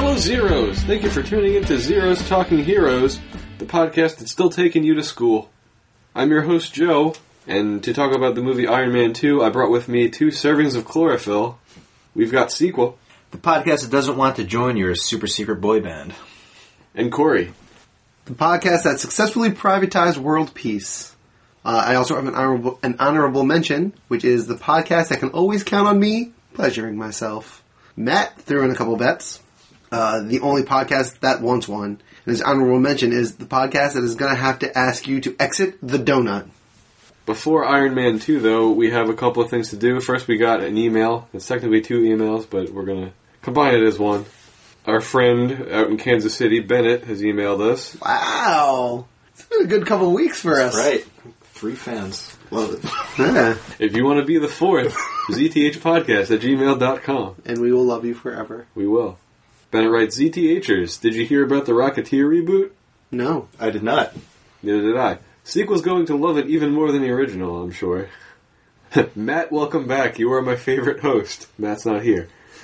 Heroes. Thank you for tuning in to Zero's Talking Heroes, the podcast that's still taking you to school. I'm your host, Joe, and to talk about the movie Iron Man 2, I brought with me two servings of chlorophyll. We've got Sequel The podcast that doesn't want to join your super secret boy band. and Corey. the podcast that successfully privatized world peace. Uh, I also have an honorable, an honorable mention, which is the podcast that can always count on me pleasuring myself. Matt threw in a couple bets. Uh, the only podcast that once won. And his honorable mention is the podcast that is going to have to ask you to exit the donut. Before Iron Man 2, though, we have a couple of things to do. First, we got an email. It's technically two emails, but we're going to combine it as one. Our friend out in Kansas City, Bennett, has emailed us. Wow. It's been a good couple weeks for us. Three fans. Love it. Yeah. If you want to be the fourth, zthpodcast at gmail.com. And we will love you forever. We will. Bennett writes, ZTHers, did you hear about the Rocketeer reboot? No. I did not. Neither did I. Sequel's going to love it even more than the original, I'm sure. Matt, welcome back. You are my favorite host. Matt's not here.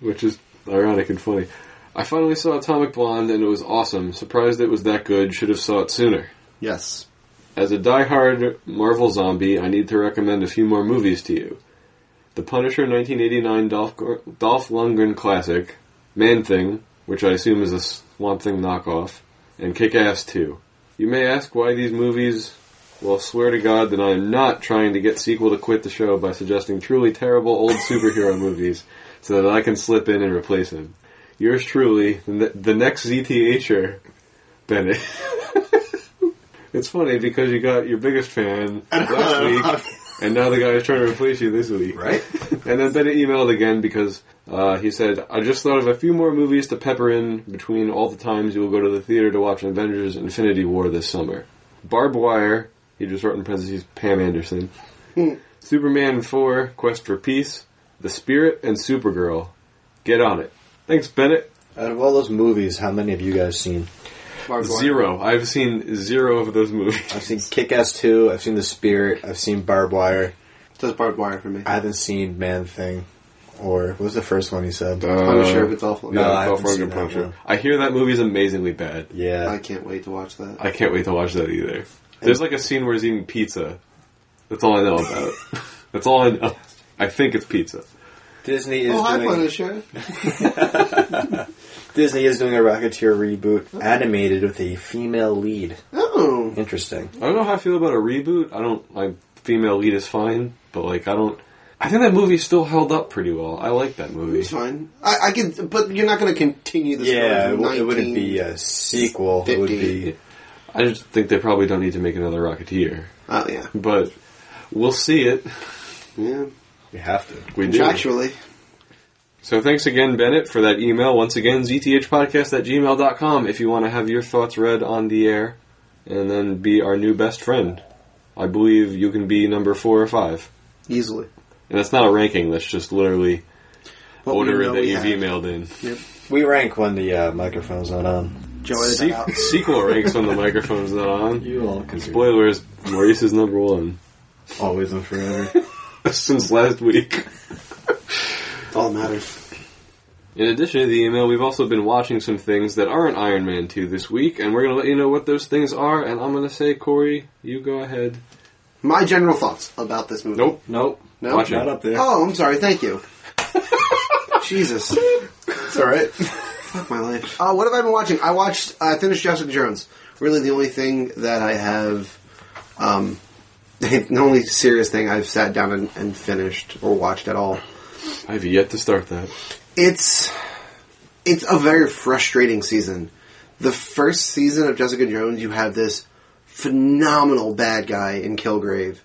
Which is ironic and funny. I finally saw Atomic Blonde and it was awesome. Surprised it was that good. Should have saw it sooner. Yes. As a die-hard Marvel zombie, I need to recommend a few more movies to you. The Punisher 1989 Dolph, Gr- Dolph Lundgren classic, Man Thing, which I assume is a Swamp Thing knockoff, and Kick Ass 2. You may ask why these movies. Well, swear to God that I am not trying to get sequel to quit the show by suggesting truly terrible old superhero movies so that I can slip in and replace him. Yours truly, the, ne- the next ZTHer, er, Bennett. it's funny because you got your biggest fan last week, and now the guy is trying to replace you this week. Right? And then Bennett emailed again because uh, he said, I just thought of a few more movies to pepper in between all the times you will go to the theater to watch Avengers Infinity War this summer. Barbed Wire, he just wrote in parentheses, Pam Anderson. Superman 4, Quest for Peace, The Spirit, and Supergirl. Get on it. Thanks, Bennett. Out of all those movies, how many have you guys seen? Zero. I've seen zero of those movies. I've seen Kick Ass 2, I've seen The Spirit, I've seen Barbed Wire, That's barbed wire for me. I haven't seen Man Thing, or what was the first one you said? Punisher, if it's awful. Yeah, No, I Dolph haven't Uh, seen Lundgren that Punisher. one. I hear that movie's amazingly bad. I Yeah. can't wait to watch that. I can't wait to watch that either. There's like a scene where he's eating pizza. That's all I know about it. That's all I know. I think it's pizza. Disney is Oh, hi, doing Punisher. Disney is doing a Rocketeer reboot animated with a female lead. Oh. Interesting. I don't know how I feel about a reboot. I don't like female lead is fine, but like I don't. I think that movie still held up pretty well. I like that movie. It's fine. I, I can, but you're not going to continue this. Yeah, it, w- it wouldn't be uh, a sequel. It would be. I just think they probably don't need to make another Rocketeer, Oh yeah, but we'll see it. yeah. You have to. We do. Contractually, So thanks again, Bennett, for that email. Once again, zthpodcast at gmail.com if you want to have your thoughts read on the air and then be our new best friend. I believe you can be number four or five. easily. And that's not a ranking, that's just literally What we order know that we you've have. emailed in. We rank when the uh, microphone's not on. Joe edit that out. Se- sequel ranks when the microphone's not on. You all And spoilers, Maurice is number one Always and forever. since last week. It's all that matters. In addition to the email, we've also been watching some things that aren't Iron Man 2 this week, and we're going to let you know what those things are, and I'm going to say, Corey, you go ahead. My general thoughts about this movie. Nope. nope. No. Watch it. Not up there. Oh, I'm sorry. Thank you. Jesus, It's alright. fuck my life. Uh, what have I been watching? I watched. I finished Jessica Jones. Really, the only thing that I have, um, the only serious thing I've sat down and, and finished or watched at all. I've yet to start that. it's it's a very frustrating season. The first season of Jessica Jones, you have this phenomenal bad guy in Kilgrave,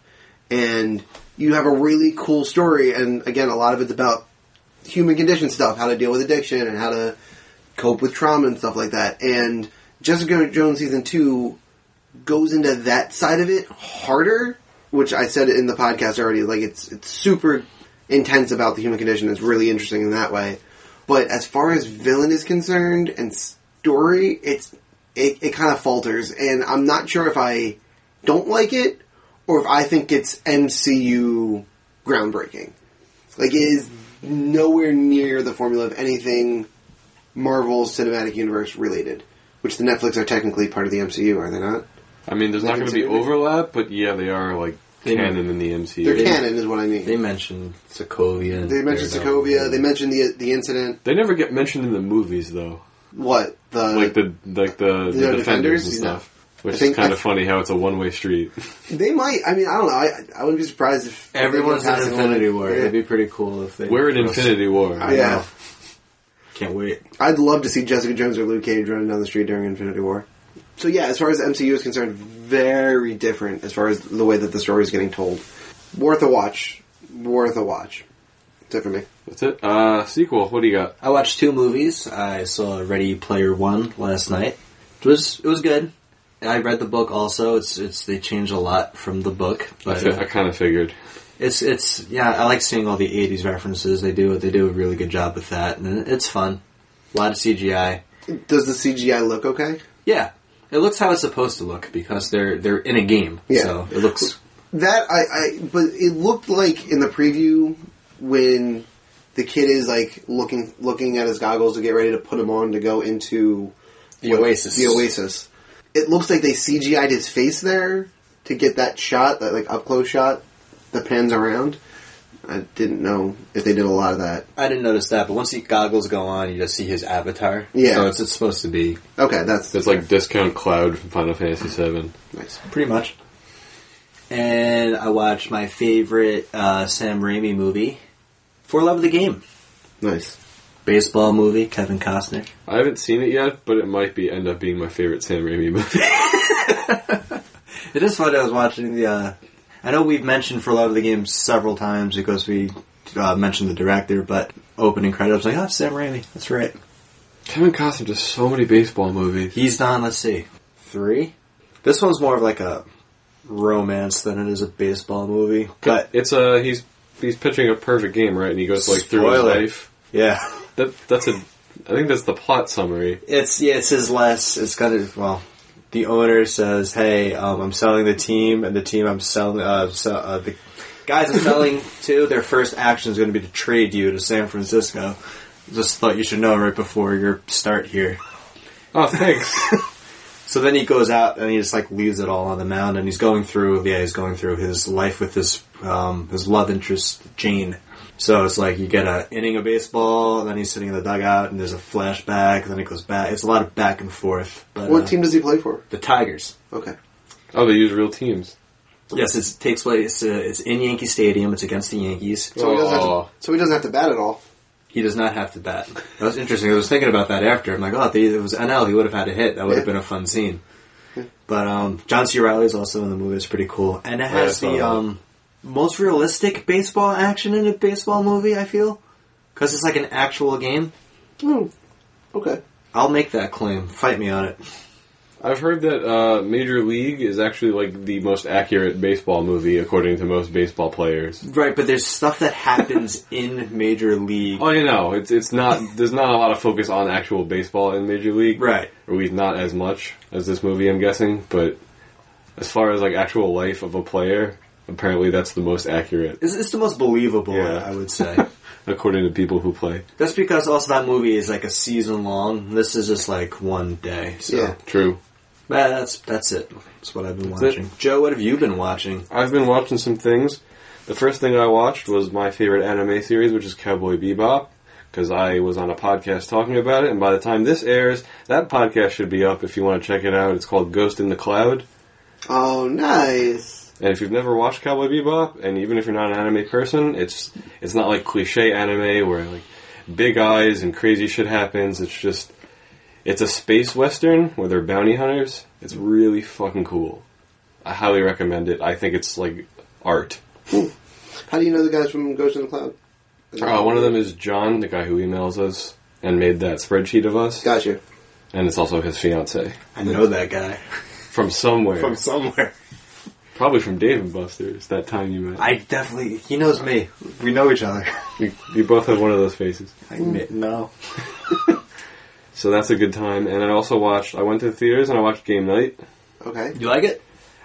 and you have a really cool story. And again, a lot of it's about human condition stuff, how to deal with addiction, and how to cope with trauma and stuff like that. And Jessica Jones season two goes into that side of it harder, which I said in the podcast already. Like it's it's super intense about the human condition. It's really interesting in that way. But as far as villain is concerned and story, it's it, it kind of falters, and I'm not sure if I don't like it or if I think it's MCU groundbreaking. Like it is nowhere near the formula of anything Marvel Cinematic Universe related, which the Netflix are technically part of the MCU, are they not? I mean, there's not going to be Nothing's gonna be- overlap, but yeah, they are like They- canon in the MCU. They're canon, is what I mean. They mentioned Sokovia. and They mentioned Daredevil. Sokovia. They mentioned the the incident. They never get mentioned in the movies though, What the? like the like the, the, Uh, Defenders? defenders, and Yeah. stuff. Which I think- is kind I- of funny how it's a one way street. they might. I mean, I don't know. I I wouldn't be surprised if Everyone's in passing Infinity along- War. Yeah. It'd be pretty cool if they. We're in Infinity War. I Yeah. know. Can't wait. I'd love to see Jessica Jones or Luke Cage running down the street during Infinity War. So yeah, as far as the MCU is concerned, very different as far as the way that the story is getting told. Worth a watch. Worth a watch. That's it for me. That's it. Uh, sequel. What do you got? I watched two movies. I saw Ready Player One last night. It was it was good. And I read the book also. It's it's they change a lot from the book, I, but fi- I uh, kind of figured. it's it's yeah. I like seeing all the '80s references. They do they do a really good job with that, and it's fun. A lot of CGI. Does the CGI look okay? Yeah, it looks how it's supposed to look because they're they're in a game, Yeah. so it looks That I, I but it looked like in the preview when the kid is like looking looking at his goggles to get ready to put them on to go into The Oasis. The Oasis. It looks like they CGI'd his face there to get that shot, that like up close shot that pans around. I didn't know if they did a lot of that. I didn't notice that, but once the goggles go on, you just see his avatar. Yeah. So it's, it's supposed to be Okay, that's It's like discount Cloud from Final Fantasy VII. nice. pretty much. And I watched my favorite uh, Sam Raimi movie, For Love of the Game, Nice. baseball movie. Kevin Costner. I haven't seen it yet, but it might be end up being my favorite Sam Raimi movie. It is funny. I was watching the. Uh, I know we've mentioned For Love of the Game several times because we uh, mentioned the director, but opening credits like, oh, it's Sam Raimi. That's right. Kevin Costner does so many baseball movies. He's done, let's see, three? This one's more of like a romance than it is a baseball movie. But, It's a uh, he's he's pitching a perfect game, right? And he goes like through his Spoiler. life. yeah. That that's a. I think that's the plot summary. It's, yeah, it's his last, it's kind of, well, the owner says, hey, um, I'm selling the team, and the team I'm selling, uh, so, uh, the guys I'm selling to, their first action is going to be to trade you to San Francisco. Just thought you should know right before your start here. Oh, thanks. So then he goes out and he just like leaves it all on the mound, and he's going through. Yeah, he's going through his life with his um, his love interest Jane. So it's like you get a inning of baseball, and then he's sitting in the dugout, and there's a flashback, and then it goes back. It's a lot of back and forth. But What uh, team does he play for? The Tigers. Okay. oh, they use real teams. Yes, it's, it takes place. Uh, it's in Yankee Stadium. It's against the Yankees. So he, doesn't have Oh. to, so he doesn't have to bat at all. He does not have to bat. That was interesting. I was thinking about that after. I'm like, oh, if he- if it was NL, he would have had a hit. That would Yeah. have been a fun scene. But um, John C. Riley is also in the movie. It's pretty cool, and it has I saw the that. um, most realistic baseball action in a baseball movie. I feel because it's like an actual game. Oh, okay. I'll make that claim. Fight me on it. I've heard that uh, Major League is actually like the most accurate baseball movie according to most baseball players. Right, but there's stuff that happens in Major League. Oh, you know, it's it's not there's not a lot of focus on actual baseball in Major League, Right. Or at least not as much as this movie, I'm guessing. But as far as like actual life of a player, apparently that's the most accurate It's, it's the most believable, Yeah. I would say. according to people who play. That's because also that movie is like a season long. This is just like one day. So. Yeah. True. Nah, that's that's it. That's what I've been That's watching. Joe, what have you been watching? I've been watching some things. The first thing I watched was my favorite anime series, which is Cowboy Bebop, because I was on a podcast talking about it. And by the time this airs, that podcast should be up. If you want to check it out, it's called Ghost in the Cloud. Oh, nice. And if you've never watched Cowboy Bebop, and even if you're not an anime person, it's it's not like cliche anime where like big eyes and crazy shit happens. It's just it's a space western where they're bounty hunters. It's really fucking cool. I highly recommend it. I think it's like art. How do you know the guys from Ghost in the Cloud? Uh, one of them is John, the guy who emails us and made that spreadsheet of us, Gotcha. and it's also his fiance I know that guy from somewhere, from somewhere. probably from Dave and Buster's. That time you met, I definitely he knows me. We know each other. you, you both have one of those faces. I admit, no. So that's a good time. And I also watched. I went to the theaters and I watched Game Night. Okay. You like it?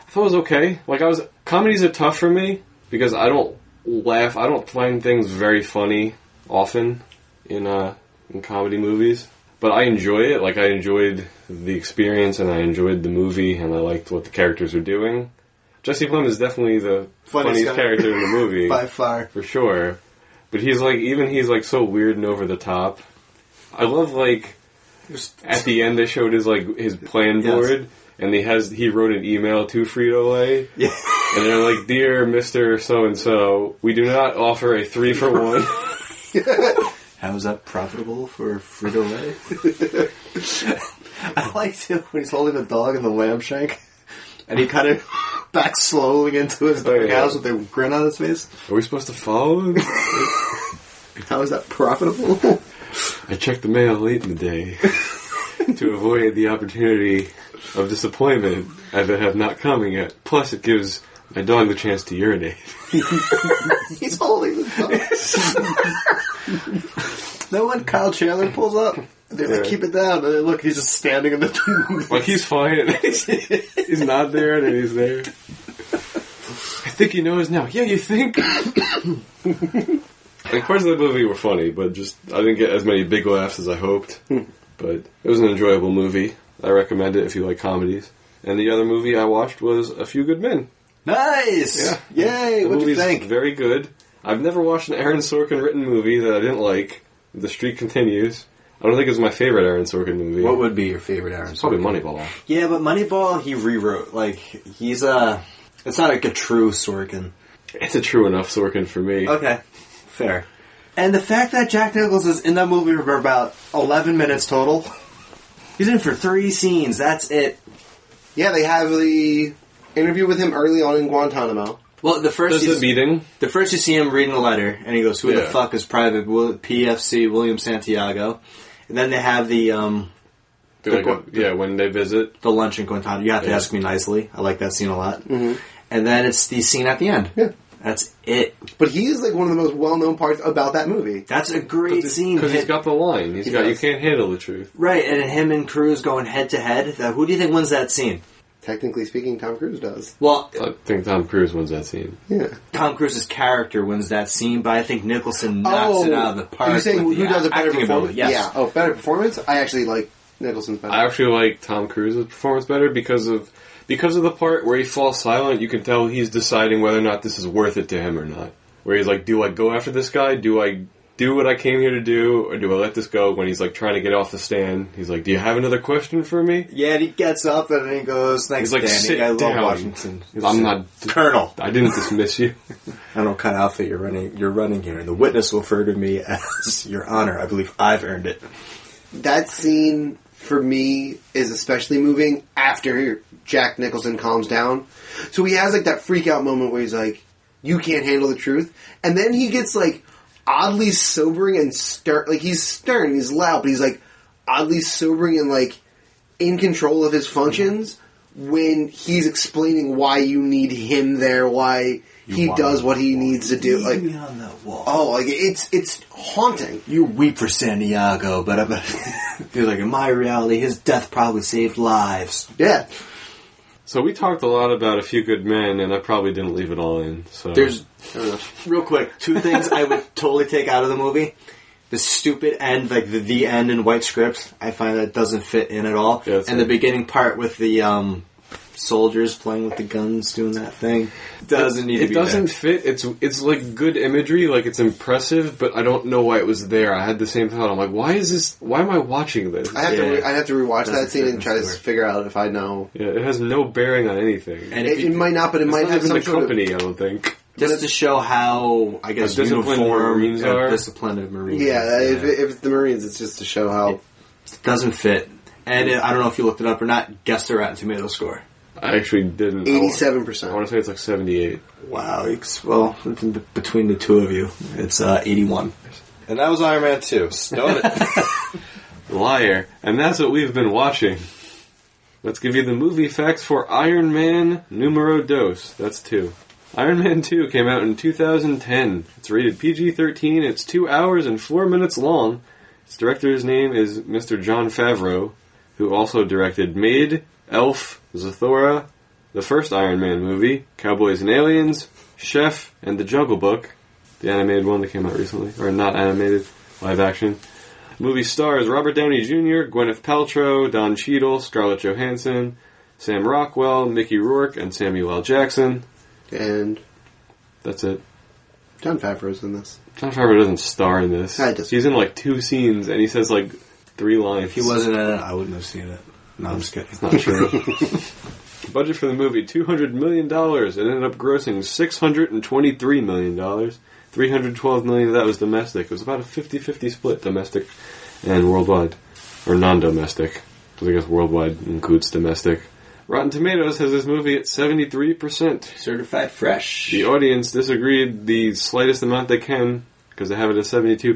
I thought it was okay. Like I was, comedies are tough for me because I don't laugh. I don't find things very funny. often in uh, in comedy movies. But I enjoy it. Like I enjoyed the experience, and I enjoyed the movie, and I liked what the characters were doing. Jesse Plum is definitely the Funniest funniest, guy. character in the movie by far. for sure. But he's like, even he's like so weird and over the top. I love like at the end they showed his like his plan Yes. board, and he has he wrote an email to Frito Lay, Yeah. and they're like, "Dear Mister So and So, we do not offer a three for one." How is that profitable for Frito Lay? I liked it when he's holding the dog in the lamb shank, and he kind of backs slowly into his Oh, yeah. dog house with a grin on his face. Are we supposed to follow him? How is that profitable? I checked the mail late in the day to avoid the opportunity of disappointment as it have not coming yet. Plus, it gives my dog the chance to urinate. he's holding the dog. then when Kyle Chandler pulls up, they're like, Yeah. "Keep it down!" And then look, he's just standing in the. Like he's fine. he's not there, and then he's there. I think he knows now. Yeah, you think? like parts of the movie were funny, but just I didn't get as many big laughs as I hoped. but it was an enjoyable movie. I recommend it if you like comedies. And the other movie I watched was A Few Good Men. nice. Yay! The What do you movie's think? Very good. I've never watched an Aaron Sorkin written movie that I didn't like. The Streak Continues. I don't think it's my favorite Aaron Sorkin movie. would be your favorite Aaron? It's probably Moneyball. Yeah, but Moneyball he rewrote. Like he's uh it's not like a true Sorkin. It's a true enough Sorkin for me. Okay. Fair. And the fact that Jack Nichols is in that movie for about eleven minutes total. He's in for three scenes, that's it. Yeah, they have the interview with him early on in Guantanamo. Well the first There's you, the meeting. the first you see him reading the letter and he goes, Who the Yeah. fuck is private Will PFC William Santiago? And then they have the um Like, go- yeah, when they visit. the lunch in Guantanamo. You have to Yeah. ask me nicely. I like that scene a lot. And then it's the scene at the end. Yeah. That's it. But he's like one of the most well-known parts about that movie. That's a great scene. Because he's Hit- got the line. He's He got, does. you can't handle the truth. Right, and him and Cruz going head to head. That- Who do you think wins that scene? Technically speaking, Tom Cruise does. Well, I think Tom Cruise wins that scene. Yeah. Tom Cruise's character wins that scene, but I think Nicholson knocks Oh, it out of the park. You're saying with who the does a better acting performance? ability. Yes. Yeah. Oh, better performance. I actually like Nicholson's better. I actually like Tom Cruise's performance better because of because of the part where he falls silent. You can tell he's deciding whether or not this is worth it to him or not. Where he's like, "Do I go after this guy? Do I do what I came here to do, or do I let this go?" When he's like trying to get off the stand, he's like, "Do you have another question for me?" Yeah, and he gets up and then he goes, "Thanks, He's like, Danny. "Sit I love down." Washington. I'm not. Colonel. I didn't dismiss you. I don't know what kind of outfit you're running. You're running here, and the witness will refer to me as Your Honor. I believe I've earned it. that scene for me is especially moving after Jack Nicholson calms down. So he has like that freak out moment where he's like, "You can't handle the truth," and then he gets like oddly sobering and stern. Like he's stern, he's loud, but he's like oddly sobering and like in control of his functions when he's explaining why you need him there, why he want does him. what he needs to do. Leave Like, me on that wall. oh, like it's it's haunting. you weep for Santiago, but I'm you're like in my reality, his death probably saved lives. Yeah. So we talked a lot about a few good men, and I probably didn't leave it all in. So There's I don't know. real quick two things I would totally take out of the movie: the stupid end, like the, the end in white script. I find that doesn't fit in at all, Yeah, that's and the right. beginning part with the um, soldiers playing with the guns, doing that thing, doesn't need to it be doesn't there. fit. It's it's like good imagery, like it's impressive, but I don't know why it was there. I had the same thought. I'm like, why is this? Why am I watching this? I have to. Yeah. Re- I have to rewatch Doesn't that scene fit and try to into it. figure out if I know. yeah, it has no bearing on anything. And if It, you, it might not, but it might Might have even some the sort of. company. I don't think. just to show how I guess How disciplined uniform Marines and are. disciplined the Marines. Yeah, If, it if it's the Marines, it's just to show how. doesn't fit. And it, I don't know if you looked it up or not. Guess their Rotten Tomato score. I actually didn't. Eighty-seven I percent. want to say it's like 78. Wow. It's, well, b- between the two of you, it's uh, 81. And that was Iron Man 2. Stone it. Liar. And that's what we've been watching. Let's give you the movie facts for Iron Man Numero Dos. That's two. Iron Man 2 came out in 2010. It's rated PG 13. It's two hours and four minutes long. Its director's name is Mr. John Favreau, who also directed Maid, Elf, Zathura, the first Iron Man movie, Cowboys and Aliens, Chef, and The Jungle Book. the animated one that came out recently, or not animated, live action. Movie stars Robert Downey Jr., Gwyneth Paltrow, Don Cheadle, Scarlett Johansson, Sam Rockwell, Mickey Rourke, and Samuel L. Jackson. And That's it. John Favreau's in this. John Favreau doesn't star in this. No, he doesn't. He's in like two scenes, and he says like three lines. If he wasn't in it, I wouldn't have seen it. No, I'm just kidding. Not sure. Budget for the movie two hundred million dollars. It ended up grossing six hundred and twenty-three million dollars. Three hundred twelve million of that was domestic. It was about a 50-50 split, domestic and worldwide, or non-domestic. Because I guess worldwide includes domestic. Rotten Tomatoes has this movie at seventy-three percent. Certified fresh. The audience disagreed the slightest amount they can because they have it at 72%.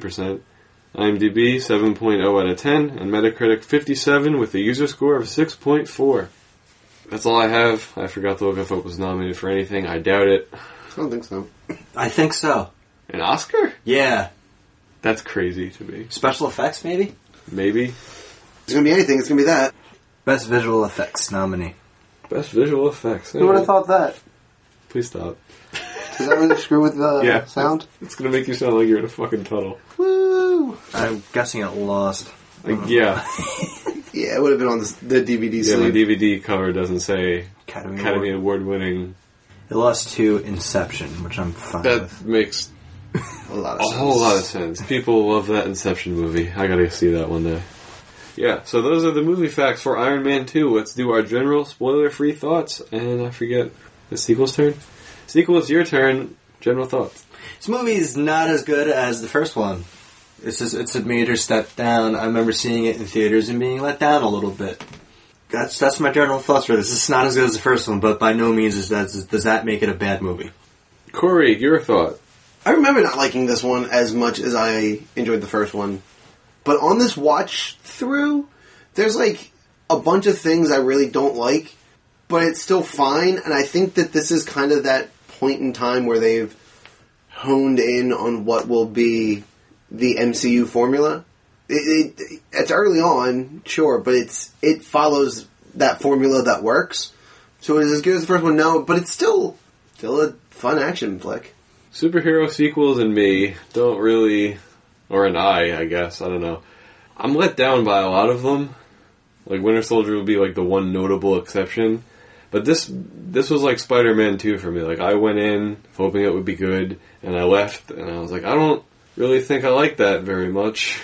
IMDb 7.0 out of 10 and Metacritic 57 with a user score of 6.4. That's all I have. I forgot to look if it was nominated for anything. I doubt it. I don't think so. I think so. An Oscar? Yeah. That's crazy to me. Special effects, maybe? Maybe. If It's gonna be anything. It's gonna be that. Best visual effects nominee. Best visual effects. Eh, Who would have thought that? Please stop. Does that really screw with the Yeah. sound? It's gonna make you sound like you're in a fucking tunnel. Woo! I'm guessing it lost. Like, yeah. Yeah, it would have been on the, the DVD Yeah, my sleeve. DVD cover doesn't say Academy, Academy Award. Award winning. It lost to Inception, which I'm fine That with. makes A lot of a sense. whole lot of sense. People love that Inception movie. I gotta see that one day. Yeah, so those are the movie facts for Iron Man 2. Let's do our general spoiler-free thoughts. And I forget, the sequel's turn? Sequel, it's your turn. General thoughts. This movie is not as good as the first one. It's just, it's a major step down. I remember seeing it in theaters and being let down a little bit. That's that's my general thoughts for this. It's not as good as the first one, but by no means is that does that make it a bad movie. Corey, your thought. I remember not liking this one as much as I enjoyed the first one. But on this watch through, there's like a bunch of things I really don't like, but it's still fine. And I think that this is kind of that point in time where they've honed in on what will be the MCU formula. It, it, it's early on, sure, but it's it follows that formula that works. So it's as good as the first one? No, but it's still still a fun action flick. Superhero sequels and me don't really, or an I, I guess, I don't know. I'm let down by a lot of them. Like Winter Soldier would be like the one notable exception. But this this was like Spider Man two for me. Like I went in hoping it would be good, and I left, and I was like, I don't really think I like that very much.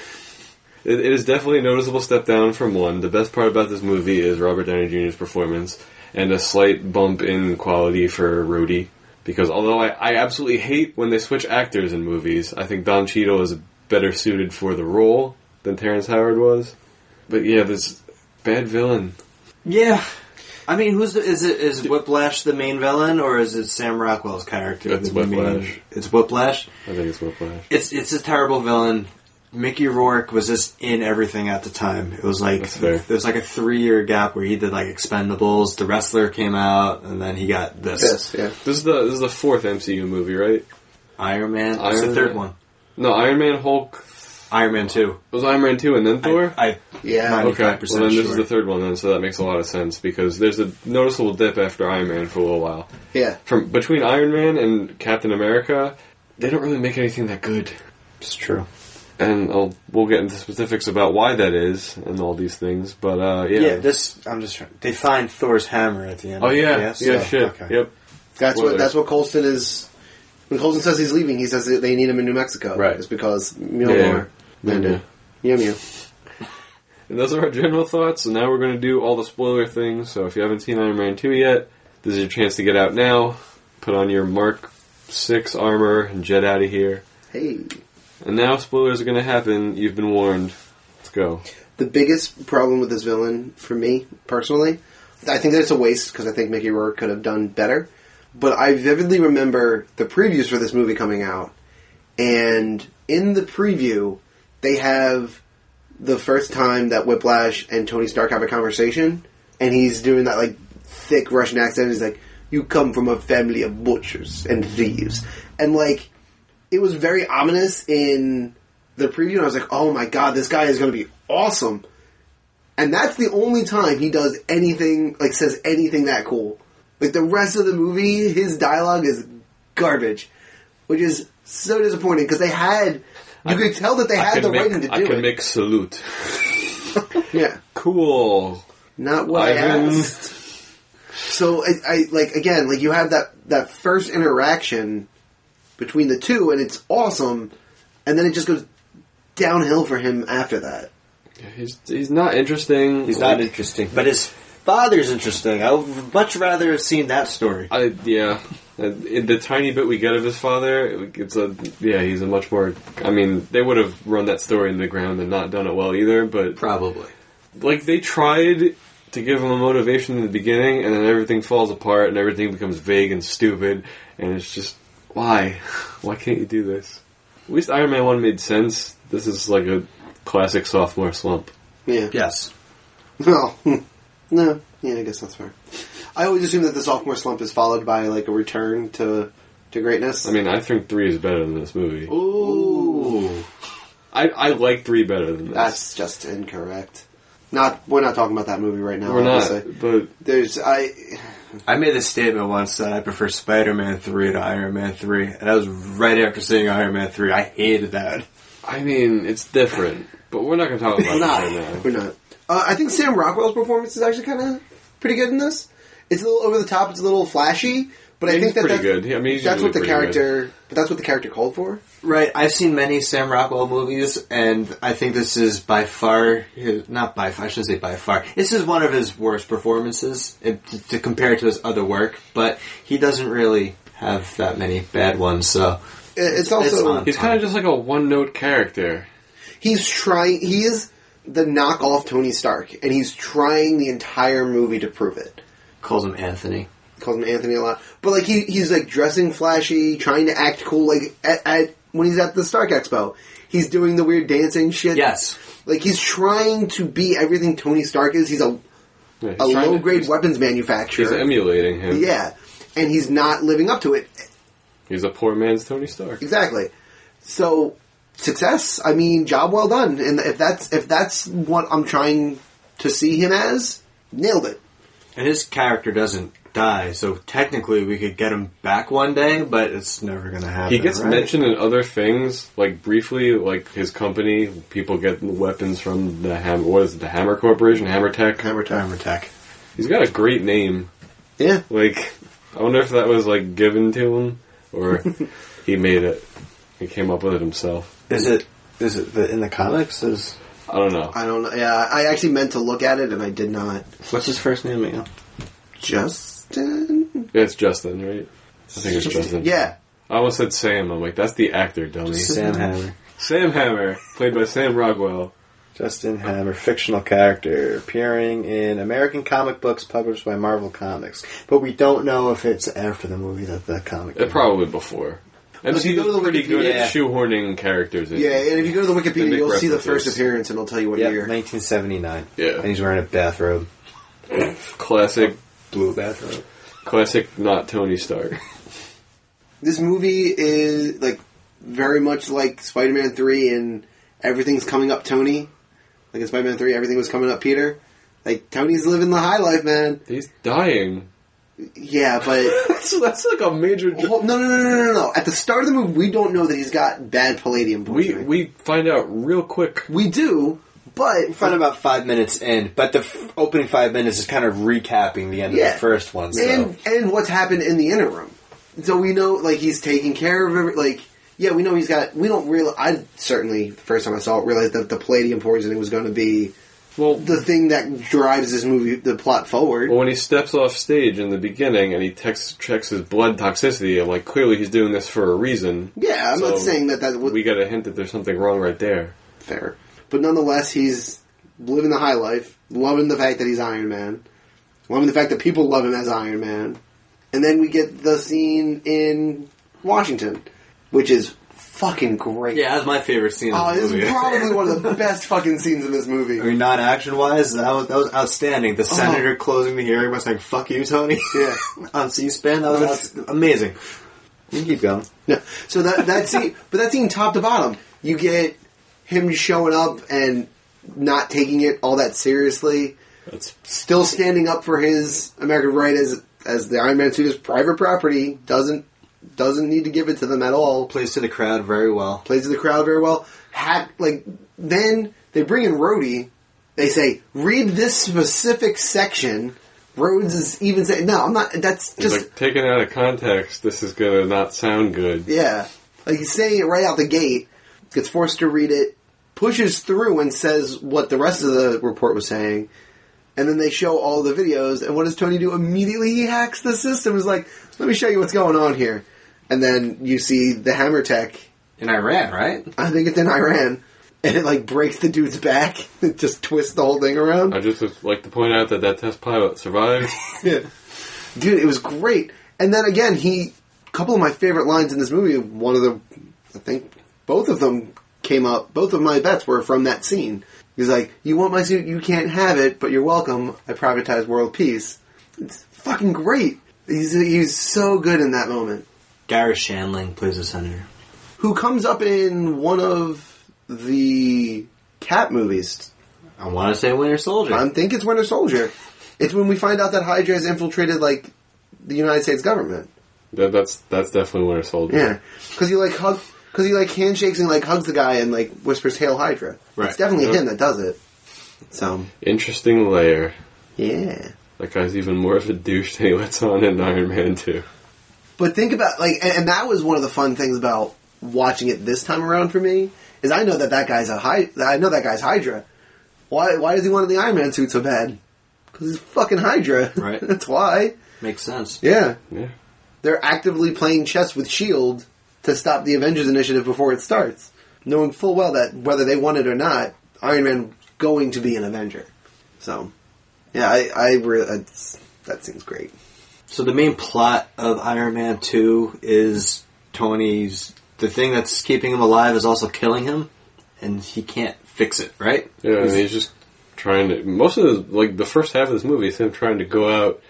It, it is definitely a noticeable step down from one. The best part about this movie is Robert Downey Jr.'s performance, and a slight bump in quality for Rhodey. Because although I, I absolutely hate when they switch actors in movies, I think Don Cheadle is better suited for the role than Terrence Howard was. But yeah, this bad villain. Yeah. I mean, who's the, is it? Is Whiplash the main villain, or is it Sam Rockwell's character? It's the main- Whiplash. It's Whiplash. I think it's Whiplash. It's it's a terrible villain. Mickey Rourke was just in everything at the time. It was like That's fair. there was like a three year gap where he did like Expendables, The Wrestler came out, and then he got this Yes, yeah. This is the this is the fourth MCU movie, right? Iron Man. That's Iron the third Man. one. No, Iron Man, Hulk. Iron Man two. It was Iron Man two, and then Thor. I, Yeah. I okay, well 95% then this sure. is the third one, then so that makes a lot of sense because there's a noticeable dip after Iron Man for a little while. Yeah. From between Iron Man and Captain America, they don't really make anything that good. it's true. and I'll, we'll get into specifics about why that is and all these things. But uh, yeah. Yeah. this I'm just trying. They find Thor's hammer at the end. oh yeah, yeah, so- shit, okay. yep, That's Well, what that's what Colston is. When Colston says he's leaving, he says that they need him in New Mexico. Right. It's because yeah. Mjolnir uh, landed. Mew Mew. And those are our general thoughts. And now we're going to do all the spoiler things. So if you haven't seen Iron Man two yet, this is your chance to get out now. Put on your Mark six armor and jet out of here. Hey. And now spoilers are going to happen. You've been warned. Let's go. The biggest problem with this villain, for me personally, I think that it's a waste because I think Mickey Rourke could have done better. But I vividly remember the previews for this movie coming out, and in the preview, they have the first time that Whiplash and Tony Stark have a conversation, and he's doing that like thick Russian accent. He's like, "You come from a family of butchers and thieves," and like it was very ominous in the preview. And I was like, "Oh my god, this guy is going to be awesome!" And that's the only time he does anything like says anything that cool. Like the rest of the movie, his dialogue is garbage, which is so disappointing because they had. You could tell that they I had can the make, writing to do I can it. make salute. yeah, Cool. not what I, Ivan. asked. So I, I like again, like you have that that first interaction between the two, and it's awesome, and then it just goes downhill for him after that. He's, he's not interesting. He's not Like, interesting, but his father's interesting. I would much rather have seen that story. I yeah. Uh, In the tiny bit we get of his father, it's a yeah. He's a much more. I mean, they would have run that story in the ground and not done it well either. But Probably. like they tried to give him a motivation in the beginning, and then everything falls apart, and everything becomes vague and stupid, and it's just why, why can't you do this? At least Iron Man One made sense. This is like a classic sophomore slump. Yeah. Yes. Well, hmm. no. Yeah, I guess that's fair. I always assume that the sophomore slump is followed by like a return to to greatness. I mean, I think three is better than this movie. Ooh, Ooh. I, I like three better than this. that's just incorrect. Not we're not talking about that movie right now. We're obviously. not, but There's I. I made this statement once that I prefer Spider Man 3 to Iron Man 3, and that was right after seeing Iron Man 3. I hated that. I mean, it's different. But we're not going to talk about We're it not. right now. We're not. Uh, I think Sam Rockwell's performance is actually kind of pretty good in this. It's a little over the top. It's a little flashy, but I He's think that pretty that's, good. I mean, he's that's usually what the pretty character. But that's what the character called for. Right, I've seen many Sam Rockwell movies, and I think this is by far, his, not by far, I shouldn't say by far, this is one of his worst performances if- to, to compare to his other work, but he doesn't really have that many bad ones, so. It- It's It's also not. He's kind of just like a one-note character. he's trying. He is the knockoff Tony Stark, and he's trying the entire movie to prove it. Calls him Anthony. calls him Anthony a lot. But like he he's like dressing flashy, trying to act cool. Like at, at when he's at the Stark Expo, he's doing the weird dancing shit. Yes. like he's trying to be everything Tony Stark is. He's a Yeah, he's a trying to- low grade he's- weapons He's manufacturer. emulating him. yeah, and he's not living up to it He's a poor man's Tony Stark. exactly. So success. I mean, job well done. And if that's if that's what I'm trying to see him as, nailed it. And his character doesn't die, so technically we could get him back one day, but it's never gonna happen. He gets right? mentioned in other things, like briefly, like his company. People get weapons from the Ham. What is it? The Hammer Corporation, Hammer Tech. Hammer time. Armor Tech. He's got a great name. Yeah. Like, I wonder if that was like given to him or he made it. He came up with it himself. Is it? Is it the, in the comics? Is I don't know. I don't know. Yeah, I actually meant to look at it and I did not. what's his first name again? Justin? Yeah, it's Justin, right? I think it's Justin. Yeah. I almost said Sam. I'm like, that's the actor, dummy. Sam Hammer. Sam Hammer, played by Sam Rockwell. Justin Hammer, fictional character appearing in American comic books published by Marvel Comics, but we don't know if it's after the movie that the comic. Uh, probably before. And Look, you he's go to the pretty good Wikipedia- at shoehorning characters in. Yeah, and if you go to the They Wikipedia, make you'll see the references. first appearance and it'll tell you what Yeah, year. 1979. Yeah. and he's wearing a bathrobe, Classic, blue bathrobe. classic not Tony Stark. This movie is, like, very much like Spider Man 3 and everything's coming up Tony. Like in Spider Man 3, everything was coming up Peter. Like, Tony's living the high life, man. He's dying. Yeah, but. That's, that's like a major... dr- Hold- no, no, no, no, no, no. At the start of the movie, we don't know that he's got bad palladium We, poisoning. we find out real quick. we do, but. Find about five minutes in, but the f- opening five minutes is kind of recapping the end of Yeah. the first one. So. and and what's happened in the interim. So we know like he's taking care of every like yeah we know he's got we don't real I certainly the first time I saw it realized that the palladium poisoning was going to be Well, the thing that drives this movie the plot forward. well, when he steps off stage in the beginning and he tex- checks his blood toxicity, I'm like, clearly he's doing this for a reason. yeah, I'm So, not saying that that was We got a hint that there's something wrong right there. fair, but nonetheless he's living the high life, loving the fact that he's Iron Man, loving the fact that people love him as Iron Man, and then we get the scene in Washington, which is fucking great. yeah, that's my favorite scene. Oh, in the this movie. is probably one of the best fucking scenes in this movie. I mean, non-action wise, that was that was outstanding. The senator closing the hearing by saying "fuck you, Tony" Uh-huh. Yeah. on C-SPAN. That was outs- amazing. You can keep going. No. So that that scene, but that scene top to bottom, you get him showing up and not taking it all that seriously, That's still standing up for his American right as as the Iron Man suit is private property, doesn't doesn't need to give it to them at all. Plays to the crowd very well. Plays to the crowd very well. Had like then they bring in Rhodey. They say read this specific section. Rhodes is even saying, "No, I'm not." That's It's just like taken out of context, this is gonna not sound good. Yeah. Like he's saying it right out the gate, gets forced to read it, pushes through and says what the rest of the report was saying, and then they show all the videos, and what does Tony do? Immediately he hacks the system, is like, let me show you what's going on here. And then you see the hammer tech, In Iran, right? I think it's in Iran, and it like breaks the dude's back, it just twists the whole thing around. I just would like to point out that that test pilot survived. Yeah. Dude, it was great. And then again, he a couple of my favorite lines in this movie, one of the I think both of them came up both of my bets were from that scene. He's like, You want my suit, you can't have it, but you're welcome. I privatized world peace. It's fucking great. He's he's so good in that moment. Gareth Shanling plays the senator. Who comes up in one of the cat movies. I want to say Winter Soldier. I think it's Winter Soldier. It's when we find out that Hydra has infiltrated like the United States government. that, that's that's definitely Winter Soldier. Yeah, because he like hug, because he like handshakes and like hugs the guy and like whispers "Hail Hydra." Right. It's definitely Yep. him that does it. So Interesting layer. yeah, That guy's even more of a douche than he lets on in Iron Man 2. but think about like, and, and that was one of the fun things about watching it this time around for me is I know that that guy's a hy- I know that guy's Hydra. Why why does he want the Iron Man suit so bad? Because he's fucking Hydra. Right. That's why. Makes sense. Yeah, Yeah. they're actively playing chess with Shield E to stop the Avengers Initiative before it starts, knowing full well that whether they want it or not, Iron Man going to be an Avenger. So, yeah, I, I, re- that's- that seems great. So the main plot of Iron Man 2 is Tony's. The thing that's keeping him alive is also killing him, and he can't fix it, right? Yeah, and he's just trying to. Most of the, like, the first half of this movie is him trying to go out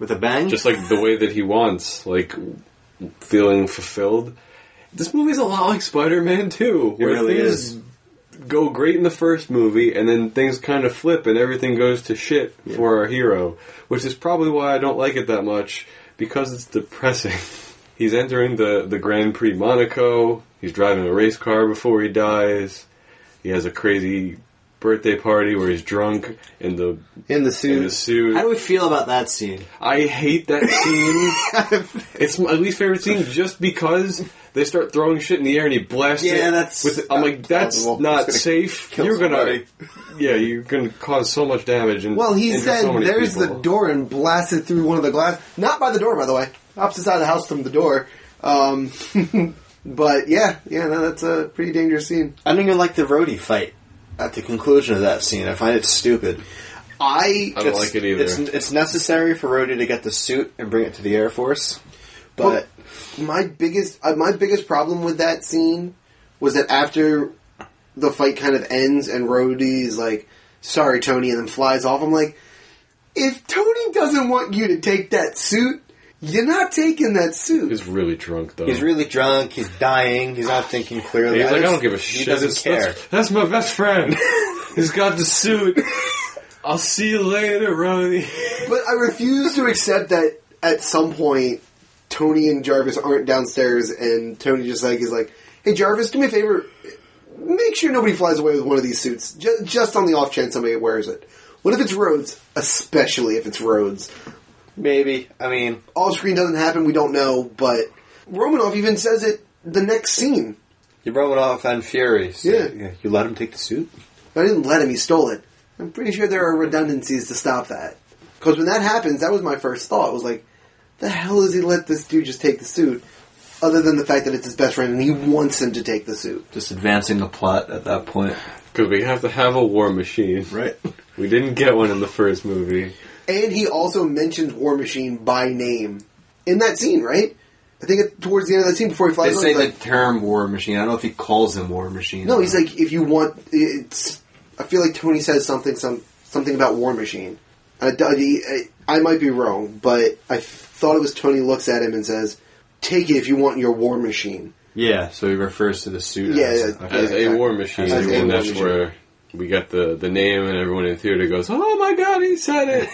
With a bang? just like the way that he wants, like feeling fulfilled. This movie's a lot like Spider Man 2, where really things is. go great in the first movie, and then things kind of flip and everything goes to shit for our hero, which is probably why I don't like it that much, because it's depressing. He's entering the, the Grand Prix Monaco, he's driving a race car before he dies, he has a crazy birthday party where he's drunk in the, In the in the suit, suit. How do we feel about that scene? I hate that scene. it's my least favorite scene just because they start throwing shit in the air and he blasts it. Yeah, that's- With, I'm like, that's plausible. not It's safe. kill You're somebody. gonna, yeah, you're gonna cause so much damage. And well, he injure said, so many "There's people. the door," and blasted through one of the glass. Not by the door, by the way. Opposite side of the house from the door. Um, but yeah, yeah, no, that's a pretty dangerous scene. I don't even like the roadie fight at the conclusion of that scene. I find it stupid. I I don't It's- like it either. It's, it's necessary for Rhodey to get the suit and bring it to the Air Force, But but my biggest uh, my biggest problem with that scene was that after the fight kind of ends and Rhodey's like, "Sorry, Tony," and then flies off. I'm like, if Tony doesn't want you to take that suit, you're not taking that suit. He's really drunk though. he's really drunk. He's dying. He's not thinking clearly. He's like, I just- don't give a He shit. doesn't It's- care. That's, that's my best friend. he's got the suit. I'll see you later, Ronnie. But I refuse to accept that at some point Tony and Jarvis aren't downstairs, and Tony just like is like, "Hey Jarvis, do me a favor, make sure nobody flies away with one of these suits, ju- just on the off chance somebody wears it. What if it's Rhodes? Especially if it's Rhodes. Maybe. I mean, Off screen doesn't happen, we don't know, but Romanoff even says it the next scene. you brought it off on Fury. so- Yeah. You let him take the suit. I didn't let him, he stole it. I'm pretty sure there are redundancies to stop that. Because when that happens, that was my first thought. was like, the hell does he let this dude just take the suit? Other than the fact that it's his best friend and he wants him to take the suit. Just advancing the plot at that point. Because we have to have a war machine. Right. We didn't get one in the first movie. And he also mentions War Machine by name in that scene, right? I think it, towards the end of that scene before he They flies say away. the term war machine. I don't know if he calls him war machine. No, he's like, if you want, it's. I feel like Tony says something, some something about War Machine. Uh, Dougie, I, I might be wrong, but I thought it was Tony looks at him and says, "Take it if you want your War Machine." Yeah, so he refers to the suit Yeah, as, yeah. as a war machine, As a and war that's machine. where we got the the name, and everyone in theater goes, "Oh my god, he said it!"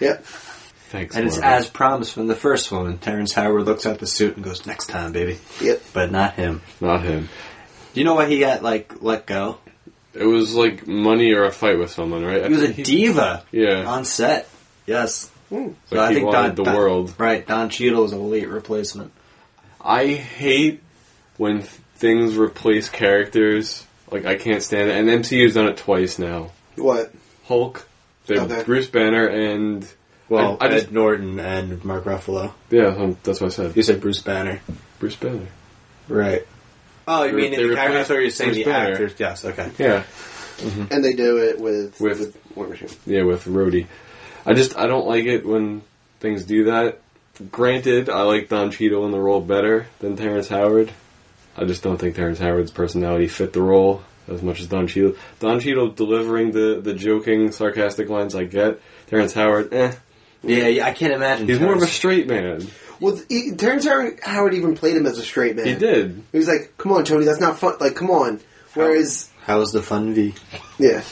Yep. Thanks. And it's Marvel. as promised from the first one. And Terrence Howard looks at the suit and goes, "Next time, baby." Yep. But not him. not him. Do you know why he got like let go? It was like money or a fight with someone, right? He was a diva Yeah, on set. Yes. Hmm. So Like I he think wanted Don, the Don- world. Right. Don Cheadle is a late replacement. I hate when th- things replace characters. Like I can't stand it. And MCU's done it twice now. What? Hulk, they Okay. Bruce Banner, and Well, I- I just- Ed Norton and Mark Ruffalo. yeah, um, that's what I said. You said Bruce Banner. Bruce Banner. Right. Oh, you They- mean they in the, I replaced thought you were saying Bruce the Banner. actors. Yes. Okay. Yeah, And they do it with Hmm. With- with, War Machine. yeah, with Rhodey. I just I don't like it when things do that. Granted, I like Don Cheadle in the role better than Terrence Howard. I just don't think Terrence Howard's personality fit the role as much as Don Cheadle. Don Cheadle delivering the the joking, sarcastic lines I get. Terrence Howard, eh, Yeah. yeah I can't imagine. he's more of a Terrence- straight man. Well, he, Terrence Howard, Howard even played him as a straight man. He did. He was like, "Come on, Tony, that's not fun. Like, come on." Whereas, How's the fun V? yeah,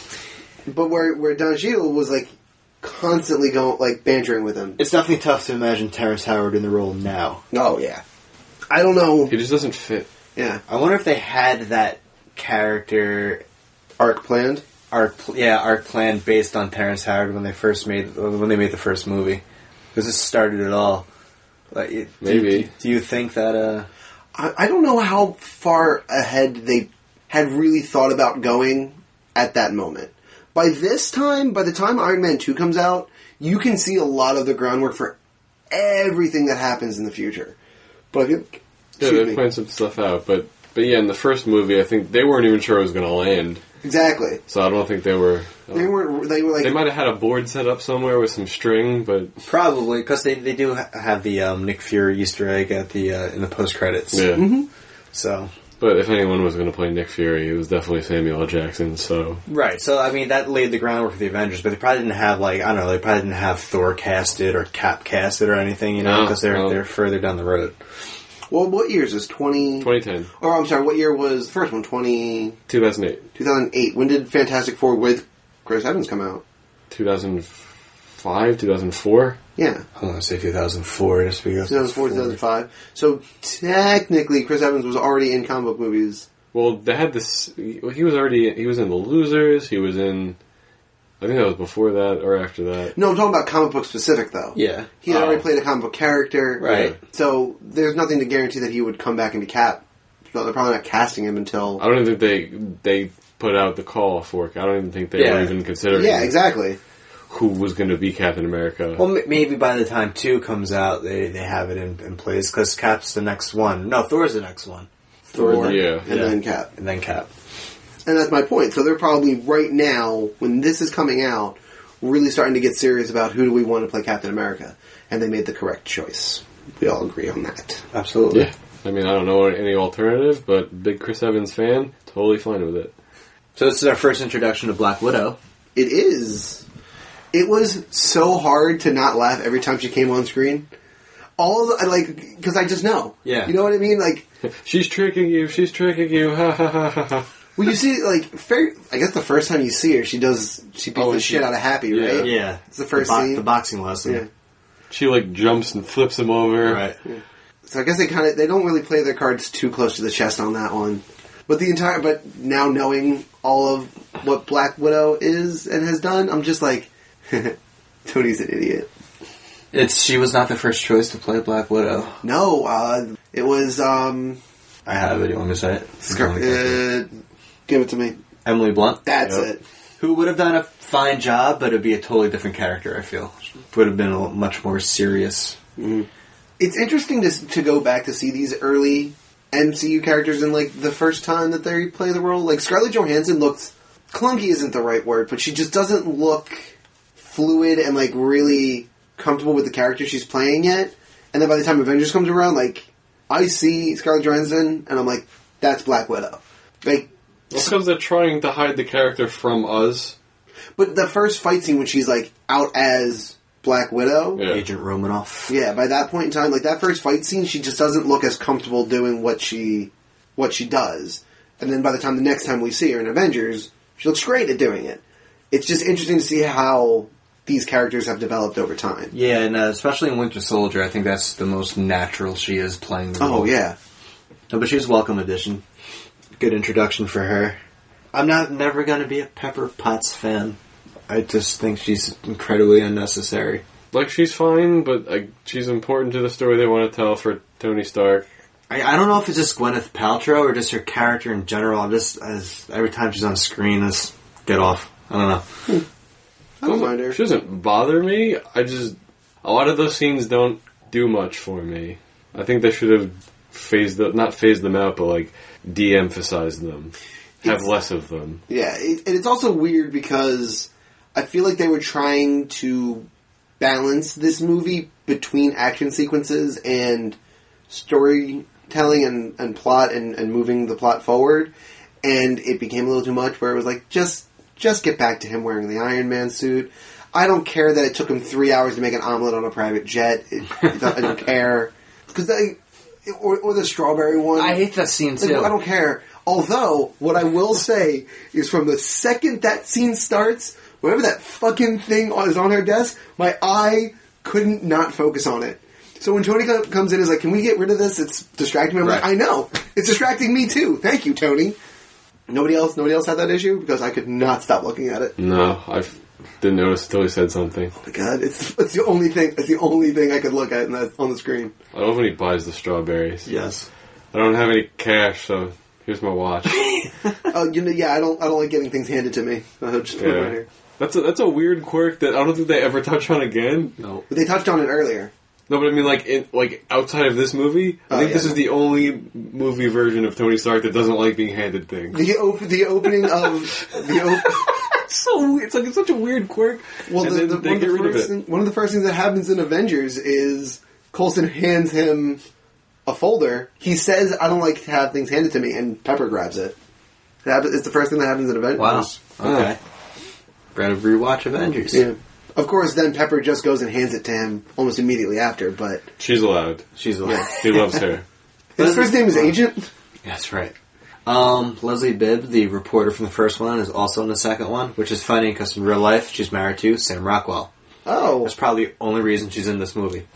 but where where Don Cheadle was like constantly going like bantering with him. It's definitely tough to imagine Terrence Howard in the role now. Oh yeah, I don't know. He just doesn't fit. Yeah, I wonder if they had that character arc planned. arc, pl- yeah, arc plan based on Terrence Howard when they first made when they made the first movie because this started it all. Like, it- do you- Maybe. do, you think that? uh I, I don't know how far ahead they had really thought about going at that moment. By this time, by the time Iron Man 2 comes out, you can see a lot of the groundwork for everything that happens in the future. But I feel, Yeah, excuse they're me. playing some stuff out, but but yeah, in the first movie, I think they weren't even sure it was going to land, exactly. so I don't think they were. uh, They weren't, they were like, They might have had a board set up somewhere with some string, but Probably because they, they do ha- have the um, Nick Fury Easter egg at the uh, in the post credits. yeah. So But if anyone was going to play Nick Fury, it was definitely Samuel L. Jackson. So right, so I mean that laid the groundwork for the Avengers, but they probably didn't have like I don't know, they probably didn't have Thor casted or Cap casted or anything, you know, No, because they're no. they're further down the road. well, what year is this? 20, 2010, Or I'm sorry, what year was the first one? 20, 2008, 2008. When did Fantastic Four with Chris Evans come out? 2005, 2004. Yeah. I want to say 2004 just because 2004, 2005. So technically, Chris Evans was already in comic book movies. Well, they had this. He was already. He was in The Losers. He was in. I think that was before that or after that. No, I'm talking about comic book specific though. Yeah. He had Oh. already played a comic book character. Right. So there's nothing to guarantee that he would come back and be Cap. So they're probably not casting him until. I don't even think they they put out the call for. I don't even think they were Yeah. even considering. Yeah, exactly. Who was going to be Captain America? Well, m- maybe by the time two comes out, they, they have it in, in place because Cap's the next one. No, Thor's the next one, Thor, Thor, yeah. and Yeah. then Cap. and then Cap. And that's my point. So they're probably right now, when this is coming out, really starting to get serious about who do we want to play Captain America, and they made the correct choice. We all agree on that. Absolutely. yeah. I mean, I don't know any alternative, but big Chris Evans fan, totally fine with it. So this is our first introduction to Black Widow. It is. It was so hard to not laugh every time she came on screen. All the, I like because I just know. Yeah. You know what I mean? Like She's tricking you. She's tricking you. Ha ha ha ha. ha. Well, you see, like, fair, I guess the first time you see her, she does she beats Oh, the and she- shit out of Happy, yeah. right? Yeah, It's the first the scene. the boxing lesson. Yeah. She like jumps and flips him over. Right. So I guess they kind of they don't really play their cards too close to the chest on that one. But the entire, but now knowing all of what Black Widow is and has done, I'm just like, Tony's an idiot. It's she was not the first choice to play Black Widow. No, uh, it was um, I have it. You want me to say it? Scar- uh, give it to me. Emily Blunt, That's Yep. it. who would have done a fine job, but it'd be a totally different character. I feel would have been a much more serious. it's interesting to, to go back to see these early MCU characters and like the first time that they play the role. Like Scarlett Johansson looks clunky isn't the right word, but she just doesn't look fluid and like really comfortable with the character she's playing yet. And then by the time Avengers comes around, like I see Scarlett Johansson and I'm like, that's Black Widow. Like, Well, because they're trying to hide the character from us. but the first fight scene when she's like out as Black Widow, Yeah. Agent Romanoff. Yeah, by that point in time, like that first fight scene, she just doesn't look as comfortable doing what she what she does. And then by the time the next time we see her in Avengers, she looks great at doing it. It's just interesting to see how these characters have developed over time. Yeah, and uh, especially in Winter Soldier, I think that's the most natural she is playing the role. Oh yeah, No, but she's a welcome addition. Good introduction for her. I'm not never going to be a Pepper Potts fan. I just think she's incredibly unnecessary. Like she's fine, but like she's important to the story they want to tell for Tony Stark. I, I don't know if it's just Gwyneth Paltrow or just her character in general. I'm just as every time she's on screen, is get off. I don't know. I don't mind her. She doesn't bother me. I just a lot of those scenes don't do much for me. I think they should have phased the, not phased them out, but like de-emphasized them, have It's- less of them. Yeah, it, and it's also weird because I feel like they were trying to balance this movie between action sequences and storytelling and, and plot and, and moving the plot forward, and it became a little too much. Where it was like, just just get back to him wearing the Iron Man suit. I don't care that it took him three hours to make an omelet on a private jet. It, it, I don't care because or, or the strawberry one. I hate that scene Like, too. I don't care. Although, what I will say is from the second that scene starts, whatever that fucking thing on- is on her desk, my eye couldn't not focus on it. So when Tony co- comes in, is like, "Can we get rid of this? It's distracting me." I'm like, Right. "I know, it's distracting me too." Thank you, Tony. Nobody else, nobody else had that issue because I could not stop looking at it. No, I f- didn't notice until he said something. Oh my god, it's it's the only thing, it's the only thing I could look at in that, on the screen. I love when he buys the strawberries. Yes. I don't have any cash, so here's my watch. Oh, you know, yeah, I don't, I don't like getting things handed to me. I'll just put it right yeah. here. That's a, that's a weird quirk that I don't think they ever touch on again. No. But they touched on it earlier. No, but I mean, like, in, like outside of this movie, I Oh, think yeah. this is the only movie version of Tony Stark that doesn't like being handed things. The op- the opening of the op- so it's like it's such a weird quirk. well, and the, then the, they one, of get the rid of first it. thing, one of the first things that happens in Avengers is Coulson hands him a folder. He says, "I don't like to have things handed to me," and Pepper grabs it. It happens, it's the first thing that happens in Avengers. Wow. Okay. Gotta rewatch Avengers. Yeah. Of course, then Pepper just goes and hands it to him almost immediately after. But She's allowed. She's like, He loves her. his Doesn't- first name is Agent. That's right. Um, Leslie Bibb, the reporter from the first one, is also in the second one, which is funny because in real life she's married to Sam Rockwell. Oh, That's probably the only reason she's in this movie.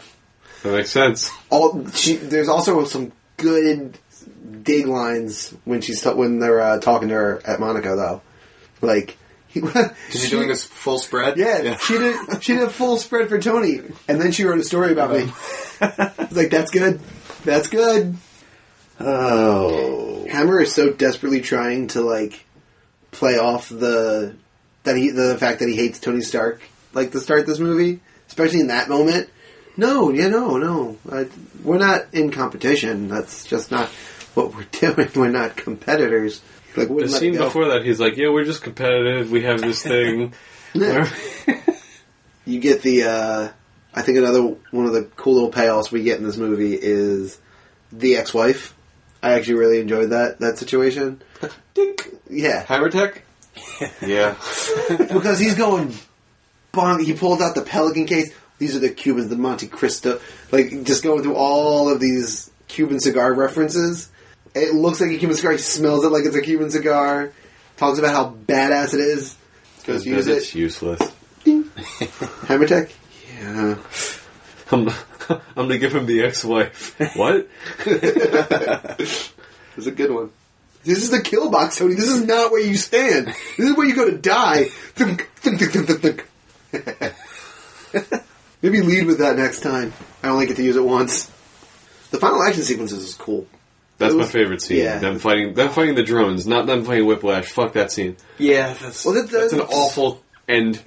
That makes sense. all, she, there's also some good dig lines when she's t- when they're uh, talking to her at Monaco though. Like he, She's doing this full spread. Yeah, she did. She did a full spread for Tony, and then she wrote a story about me. I was like, that's good. That's good. Oh. Hammer is so desperately trying to like play off the that he the fact that he hates Tony Stark like to start this movie, especially in that moment. No, yeah, no, no. I, we're not in competition. That's just not what we're doing. We're not competitors. Like The wouldn't let it scene go. before that, he's like, "Yeah, we're just competitive. We have this thing." Yeah. you get the uh, I think another one of the cool little payoffs we get in this movie is the ex-wife. I actually really enjoyed that that situation. Yeah, Hammer Tech. Yeah. because he's going bon he pulled out the pelican case. These are the Cubans, the Monte Cristo, like just going through all of these Cuban cigar references. It looks like a Cuban cigar. He smells it like it's a Cuban cigar. Talks about how badass it is. Goes to use it. It's useless. Ding. Hammer tech. Yeah. I'm, I'm gonna give him the ex-wife. What? This is a good one. This is the kill box, Tony. This is not where you stand. This is where you go to die. Thunk, thunk, thunk, thunk, thunk, thunk. Maybe lead with that next time. I only get to use it once. The final action sequences is cool. That's It my was- favorite scene. yeah. Them fighting, them fighting the drones, not them fighting Whiplash. Fuck that scene. Yeah, that's. Well, that, That's an awful end.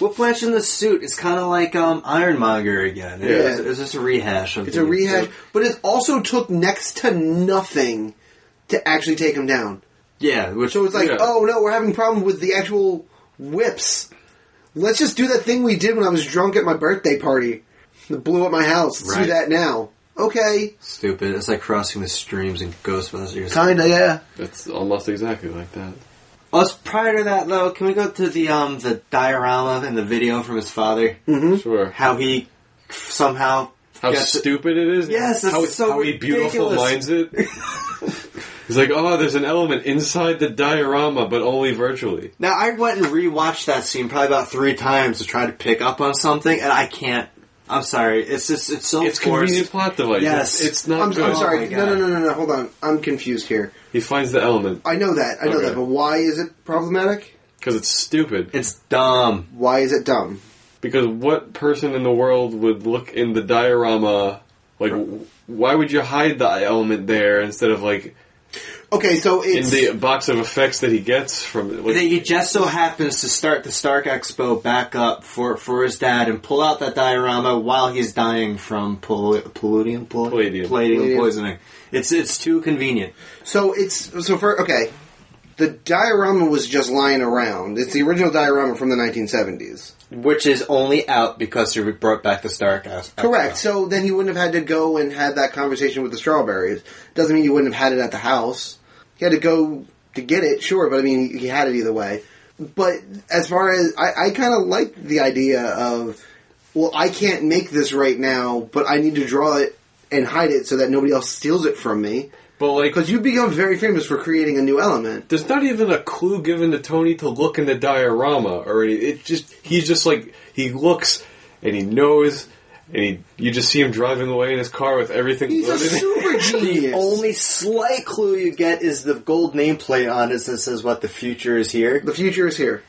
Whiplash in the suit is kind of like um, Ironmonger again. It- Yeah. It's, it's just a rehash of It's the- a rehash, but it also took next to nothing to actually take him down. Yeah, which So it's like, Yeah. oh no, we're having a problem with the actual whips. Let's just do that thing we did when I was drunk at my birthday party. That blew up my house. Let's do Right. that now. Okay. stupid. It's like crossing the streams in Ghostbusters. Kinda, yeah. That's almost exactly like that. Us prior to that though, can we go to the um the diorama and the video from his father? Sure. How he somehow How gets- stupid it is. Yes, it's how, so how he beautiful ridiculous. minds it. He's like, oh, there's an element inside the diorama, but only virtually. Now I went and rewatched that scene probably about three times to try to pick up on something, and I can't. I'm sorry. It's just it's so It's forced. convenient plot device. Yes. It's, it's not I'm, I'm good. sorry. Oh my no, no, God. no, no, no. Hold on. I'm confused here. He finds the element I know that. I know Okay. that. But why is it problematic? because it's stupid. It's dumb. Why is it dumb? Because what person in the world would look in the diorama? Like, w- why would you hide the element there instead of like Okay, so in it's the box of effects that he gets from? Like, That he just so happens to start the Stark Expo back up for for his dad and pull out that diorama while he's dying from pol- polluting, pol- Palladium. palladium Palladium. poisoning. It's it's too convenient. so it's so for okay. The diorama was just lying around. It's the original diorama from the 1970s. Which is only out because you brought back the Stark Ex- Expo. Correct. So then he wouldn't have had to go and have that conversation with the strawberries. Doesn't mean you wouldn't have had it at the house. He had to go to get it, sure, but I mean, he had it either way. But as far as I, I kind of like the idea of, well, I can't make this right now, but I need to draw it and hide it so that nobody else steals it from me. but like, Because you become very famous for creating a new element. there's not even a clue given to Tony to look in the diorama or any, it just he's just like he looks and he knows and he you just see him driving away in his car with everything He's a loaded. super The genius. only slight clue you get is the gold nameplate on it that says what the future is here. the future is here.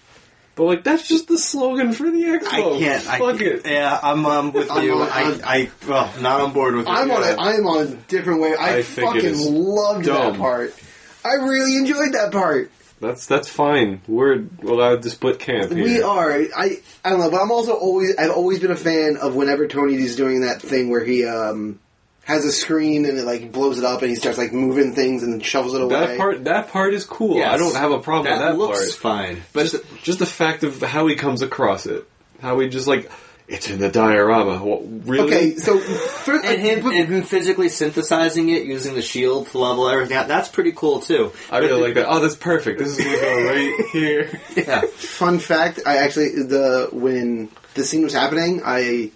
but like that's just the slogan for the expo. I can't. I, Oh, Fuck it. Yeah, I'm um, with I'm you. on- I, I'm- I, well, not on board with I'm you. on a, I'm on a different way. I, I think it fucking is loved dumb. that part. I really enjoyed that part. That's that's fine. We're allowed to split camp here. We are. I I don't know, but I'm also always I've always been a fan of whenever Tony is doing that thing where he um has a screen and it like blows it up and he starts like moving things and shovels it away. that part that part is cool. Yes. I don't have a problem That, with that looks part. fine. But just, just the fact of how he comes across it, how he just like it's in the diorama. What, really? Okay, so first, and him, and him physically synthesizing it using the shield to level everything out. That's pretty cool too. I really like that. Oh, that's perfect. This is gonna go right here. Yeah. fun fact, I actually the when the scene was happening, I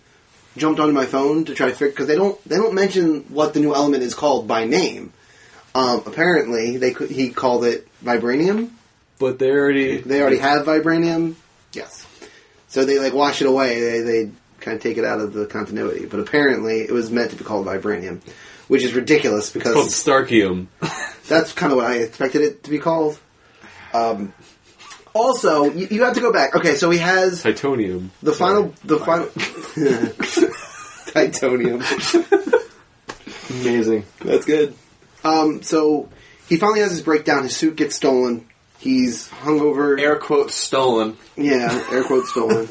jumped onto my phone to try to figure because they don't they don't mention what the new element is called by name. Um, apparently, they could, he called it vibranium. But they already They already have vibranium. Yes. So they like wash it away. They they kind of take it out of the continuity. But apparently, it was meant to be called vibranium, which is ridiculous It's called because Starkium. that's kind of what I expected it to be called. Um, also, you, you have to go back. Okay, so he has Titanium. the final, the final, titanium. Amazing. That's good. Um, so he finally has his breakdown. His suit gets stolen. He's hungover. Air quotes stolen. Yeah, air quotes stolen.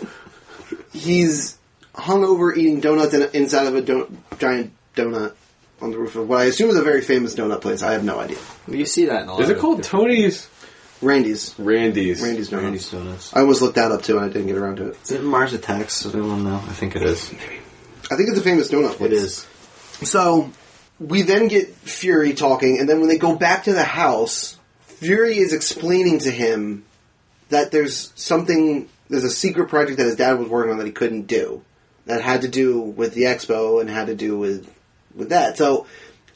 He's hungover eating donuts in, inside of a don- giant donut on the roof of what I assume is a very famous donut place. I have no idea. You see that in a lot Is it of called different- Tony's? Randy's. Randy's. Randy's Donuts. Randy's Donuts? I almost looked that up too and I didn't get around to it. Is it Mars Attacks? I don't know. I think it is. I think it's a famous donut It place. is. So we then get Fury talking, and then when they go back to the house, Fury is explaining to him that there's something, there's a secret project that his dad was working on that he couldn't do, that had to do with the expo and had to do with with that. So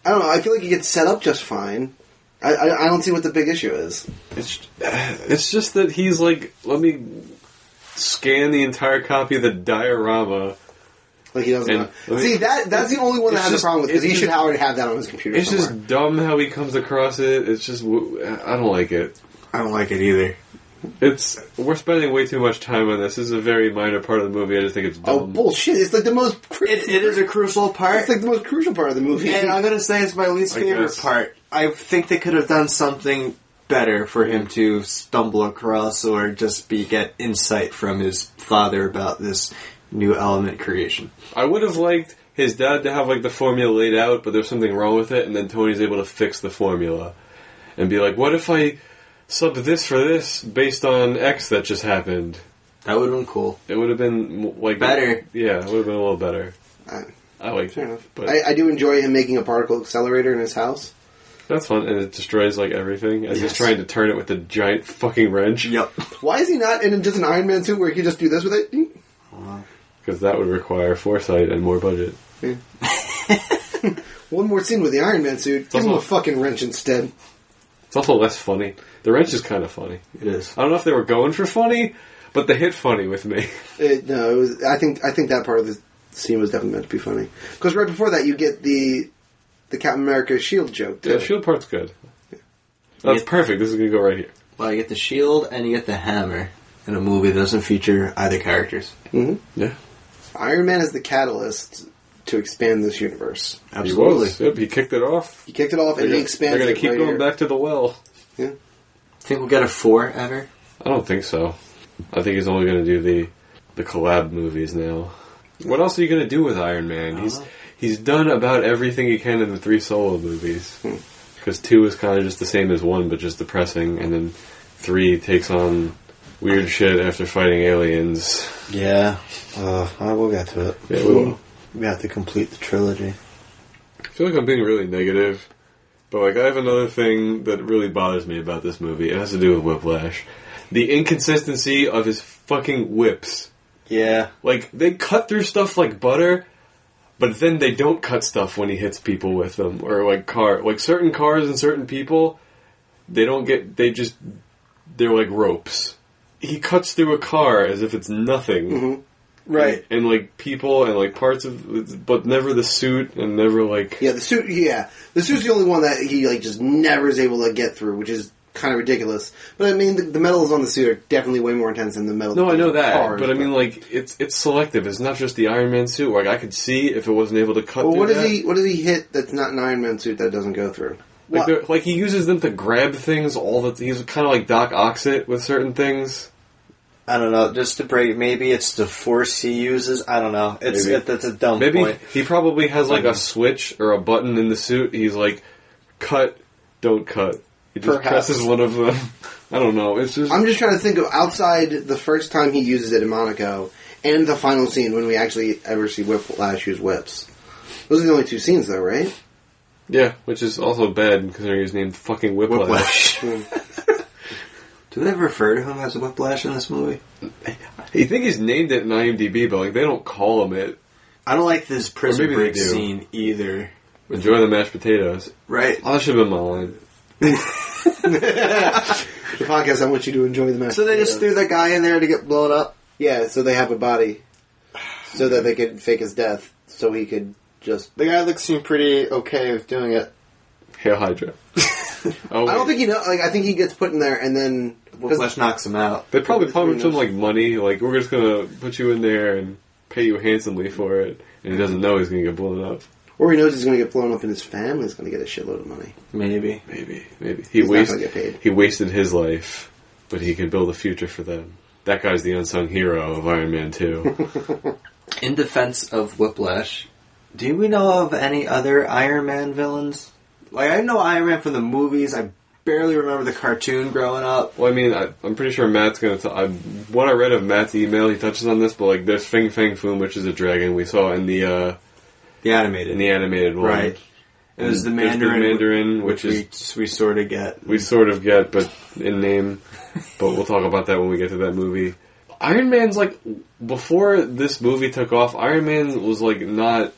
I don't know. I feel like he gets set up just fine. I, I, I don't see what the big issue is. It's, it's just that he's like, let me scan the entire copy of the diorama. Like he doesn't. And- know. See that that's the only one that It's has just- a problem with because it's he should just- already have that on his computer. It's somewhere. just dumb how he comes across it. It's just, w- I don't like it. I don't like it either. It's we're spending way too much time on this. This is a very minor part of the movie. I just think it's dumb. oh bullshit! It's like the most. Cru- It, it is a crucial part. it's like the most crucial part of the movie. And I'm gonna say it's my least I favorite guess. part. I think they could have done something better for him to stumble across or just be get insight from his father about this new element creation. I would have liked his dad to have like the formula laid out, but there's something wrong with it, and then Tony's able to fix the formula and be like, "What if I sub this for this based on X that just happened?" That would have been cool. It would have been m- like Better. Yeah, it would have been a little better. Uh, I liked Fair it, enough. but I, I do enjoy him making a particle accelerator in his house. that's fun, and it destroys like everything as he's Yes. trying to turn it with the giant fucking wrench. Yep. Why is he not in just an Iron Man suit where he could just do this with it? because that would require foresight and more budget. One more scene with the Iron Man suit. Give him a also- fucking wrench instead. It's also less funny. The wrench is kind of funny. It is. I don't know if they were going for funny, but they hit funny with me. It, no, it was, I think I think that part of the scene was definitely meant to be funny because right before that you get the the Captain America shield joke. The too. shield part's good. That's Yeah. perfect. This is gonna go right here. Well, you get the shield and you get the hammer in a movie that doesn't feature either characters. Yeah, Mm-hmm. Iron Man is the catalyst to expand this universe. He, was. Yep, he kicked it off. He kicked it off They're and he gonna, expanded. they're gonna it keep right going here. back to the well. Think we'll get a four ever? I don't think so. I think he's only going to do the the collab movies now. What else are you going to do with Iron Man? He's Uh-huh. he's done about everything he can in the three solo movies. Hmm. Because two is kind of just the same as one, but just depressing, and then three takes on weird shit after fighting aliens. Yeah. Uh, I will get to it. Yeah, we will. We have to complete the trilogy. I feel like I'm being really negative, but like I have another thing that really bothers me about this movie. It has to do with Whiplash, the inconsistency of his fucking whips. Yeah. Like they cut through stuff like butter, but then they don't cut stuff when he hits people with them or like car like certain cars and certain people, they don't get they just they're like ropes. He cuts through a car as if it's nothing. Right. And like people and like parts of but never the suit and never like Yeah, the suit. Yeah, the suit's the only one that he like just never is able to get through, which is kind of ridiculous. But I mean, the, the metals on the suit are definitely way more intense than the metal. No, I know that, cars, but I mean, like, it's it's selective. It's not just the Iron Man suit. Like, I could see if it wasn't able to cut. Well, through what does that. he? What does he hit? That's not an Iron Man suit that doesn't go through. Like, Well, they're- like he uses them to grab things. All the he's kind of like Doc Oxit with certain things. I don't know. Just to break, maybe it's the force he uses. I don't know. It's Maybe. it, that's a dumb Maybe point. he probably has like a Button. switch or a button in the suit. He's like, cut, don't cut. He just Perhaps. presses one of them. I don't know. It's just I'm just trying to think of outside the first time he uses it in Monaco and the final scene when we actually ever see Whiplash use whips. Those are the only two scenes, though, right? yeah, which is also bad considering he was named fucking Whiplash. Do they refer to him as Whiplash in this movie? You think he's named it in IMDb, but like they don't call him it. I don't like this Or prison maybe they break do. scene either. Enjoy the mashed potatoes. Right? Oh, that should have been my line. The podcast I want you to enjoy the match. So they just threw that guy in there to get blown up. yeah, so they have a body, so that they could fake his death, so he could just. The guy looks seemed pretty okay with doing it. Hail Hydra. oh, I don't wait. think he know. Like I think he gets put in there and then. 'cause- Whiplash knocks him out. they probably Who promised him knows? like money. Like we're just gonna put you in there and pay you handsomely for it. And he doesn't know he's gonna get blown up. Or he knows he's going to get blown up, and his family's going to get a shitload of money. Maybe. Maybe, maybe he He's not wasted. gonna get paid. He wasted his life, but he could build a future for them. That guy's the unsung hero of Iron Man Two. In defense of Whiplash, do we know of any other Iron Man villains? Like, I know Iron Man from the movies. I barely remember the cartoon growing up. well, I mean, I, I'm pretty sure Matt's gonna. T- I, what I read of Matt's email, he touches on this, but like, there's Fing Fang Foom, which is a dragon we saw in the uh, The in animated. the animated one. Right. And there's the There's Mandarin, Mandarin, which is we, we sort of get. we sort of get, but in name. But we'll talk about that when we get to that movie. Iron Man's like before this movie took off. Iron Man was like not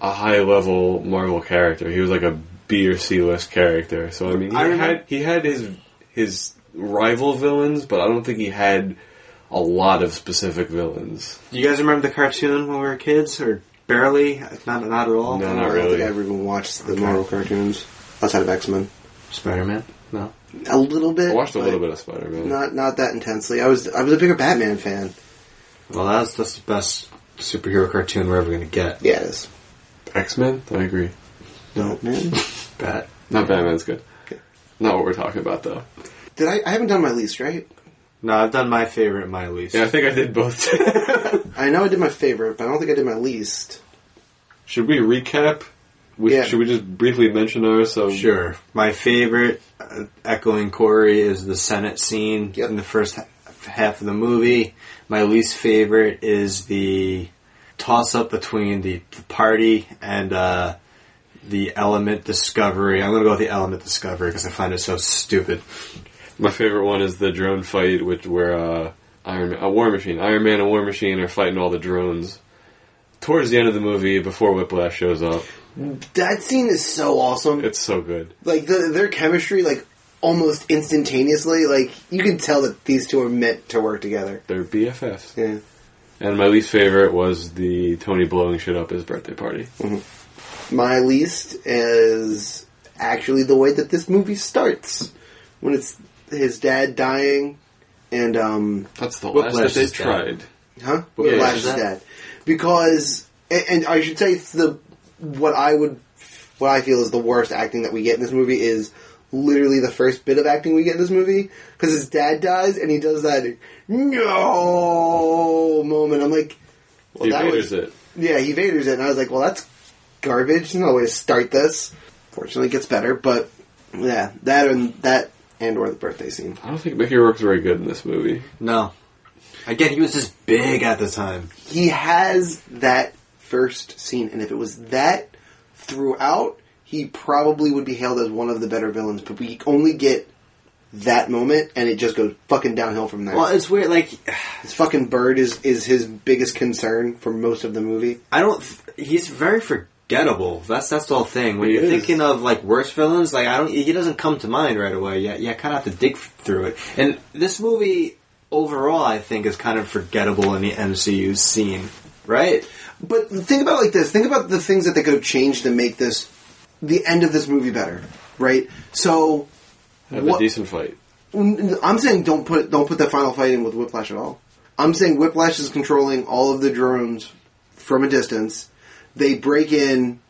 a high level Marvel character. He was like a B or C list character. So I mean, he Iron Man- had he had his his rival villains, but I don't think he had a lot of specific villains. You guys remember the cartoon when we were kids, or barely? Not not at all. No, I not don't think I really. ever even watched the Marvel cartoons outside of X Men. Spider Man. No. A little bit. I watched a but little bit of Spider Man. Not not that intensely. I was I was a bigger Batman fan. Well, that's that's the best superhero cartoon we're ever gonna get. Yeah, it is. X Men, I agree. No, Man. bet. Not Batman's good. Okay. Not what we're talking about though. Did I? I haven't done my least right. No, I've done my favorite, my least. Yeah, I think I did both. I know I did my favorite, but I don't think I did my least. Should we recap? We, Yeah. Should we just briefly mention ours? So Sure. My favorite, uh, echoing Corey, is the Senate scene Yep. in the first ha- half of the movie. My least favorite is the toss up between the, the party and uh, the element discovery. I'm going to go with the element discovery because I find it so stupid. my favorite one is the drone fight, which where uh, Iron Man, a War Machine, Iron Man and War Machine are fighting all the drones. Towards the end of the movie, before Whiplash shows up, That scene is so awesome. it's so good. like the, their chemistry, like almost instantaneously. Like you can tell that these two are meant to work together. They're BFFs. Yeah. And my least favorite was the Tony blowing shit up his birthday party. My least is actually the way that this movie starts when it's his dad dying and um That's the Whiplash last that they is dead. tried. huh What page Whiplash's is that? dad because and, and I should say it's the what I would what I feel is the worst acting that we get in this movie is literally the first bit of acting we get in this movie because his dad dies and he does that no moment I'm like well he that evaders was it. yeah, he Vader's it, and I was like, well, that's garbage. There's no way to start this. Fortunately, it gets better, but yeah, that and that and or the birthday scene. I don't think Mickey Rourke's very good in this movie. No. Again, he was just big at the time. He has that first scene, and if it was that throughout, he probably would be hailed as one of the better villains. But we only get that moment, and it just goes fucking downhill from there. Well, it's weird. Like, His fucking bird is is his biggest concern for most of the movie. I don't. Th- he's very forgettable. That's that's the whole thing. When He you're is. thinking of like worse villains, like I don't. He doesn't come to mind right away. Yeah, yeah. Kind of have to dig f- through it. And this movie overall, I think, is kind of forgettable in the MCU scene. Right? But think about it like this. Think about the things that they could have changed to make this the end of this movie better, right? So Have What- a decent fight. n- I'm saying don't put don't put the final fight in with Whiplash at all. I'm saying Whiplash is controlling all of the drones from a distance. They break in,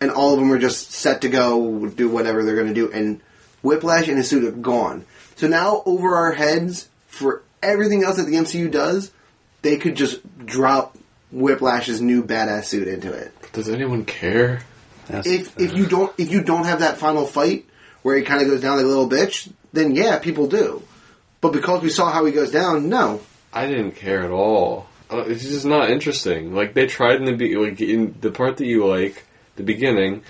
and all of them are just set to go do whatever they're going to do. And Whiplash and his suit are gone. So now over our heads for everything else that the MCU does, they could just drop Whiplash's new badass suit into it Does anyone care? if Uh, if you don't if you don't have that final fight where he kind of goes down like a little bitch, then yeah, people do. But because we saw how he goes down, no. I didn't care at all. Uh, It's just not interesting. Like they tried in the be- like in the part that you like, the beginning,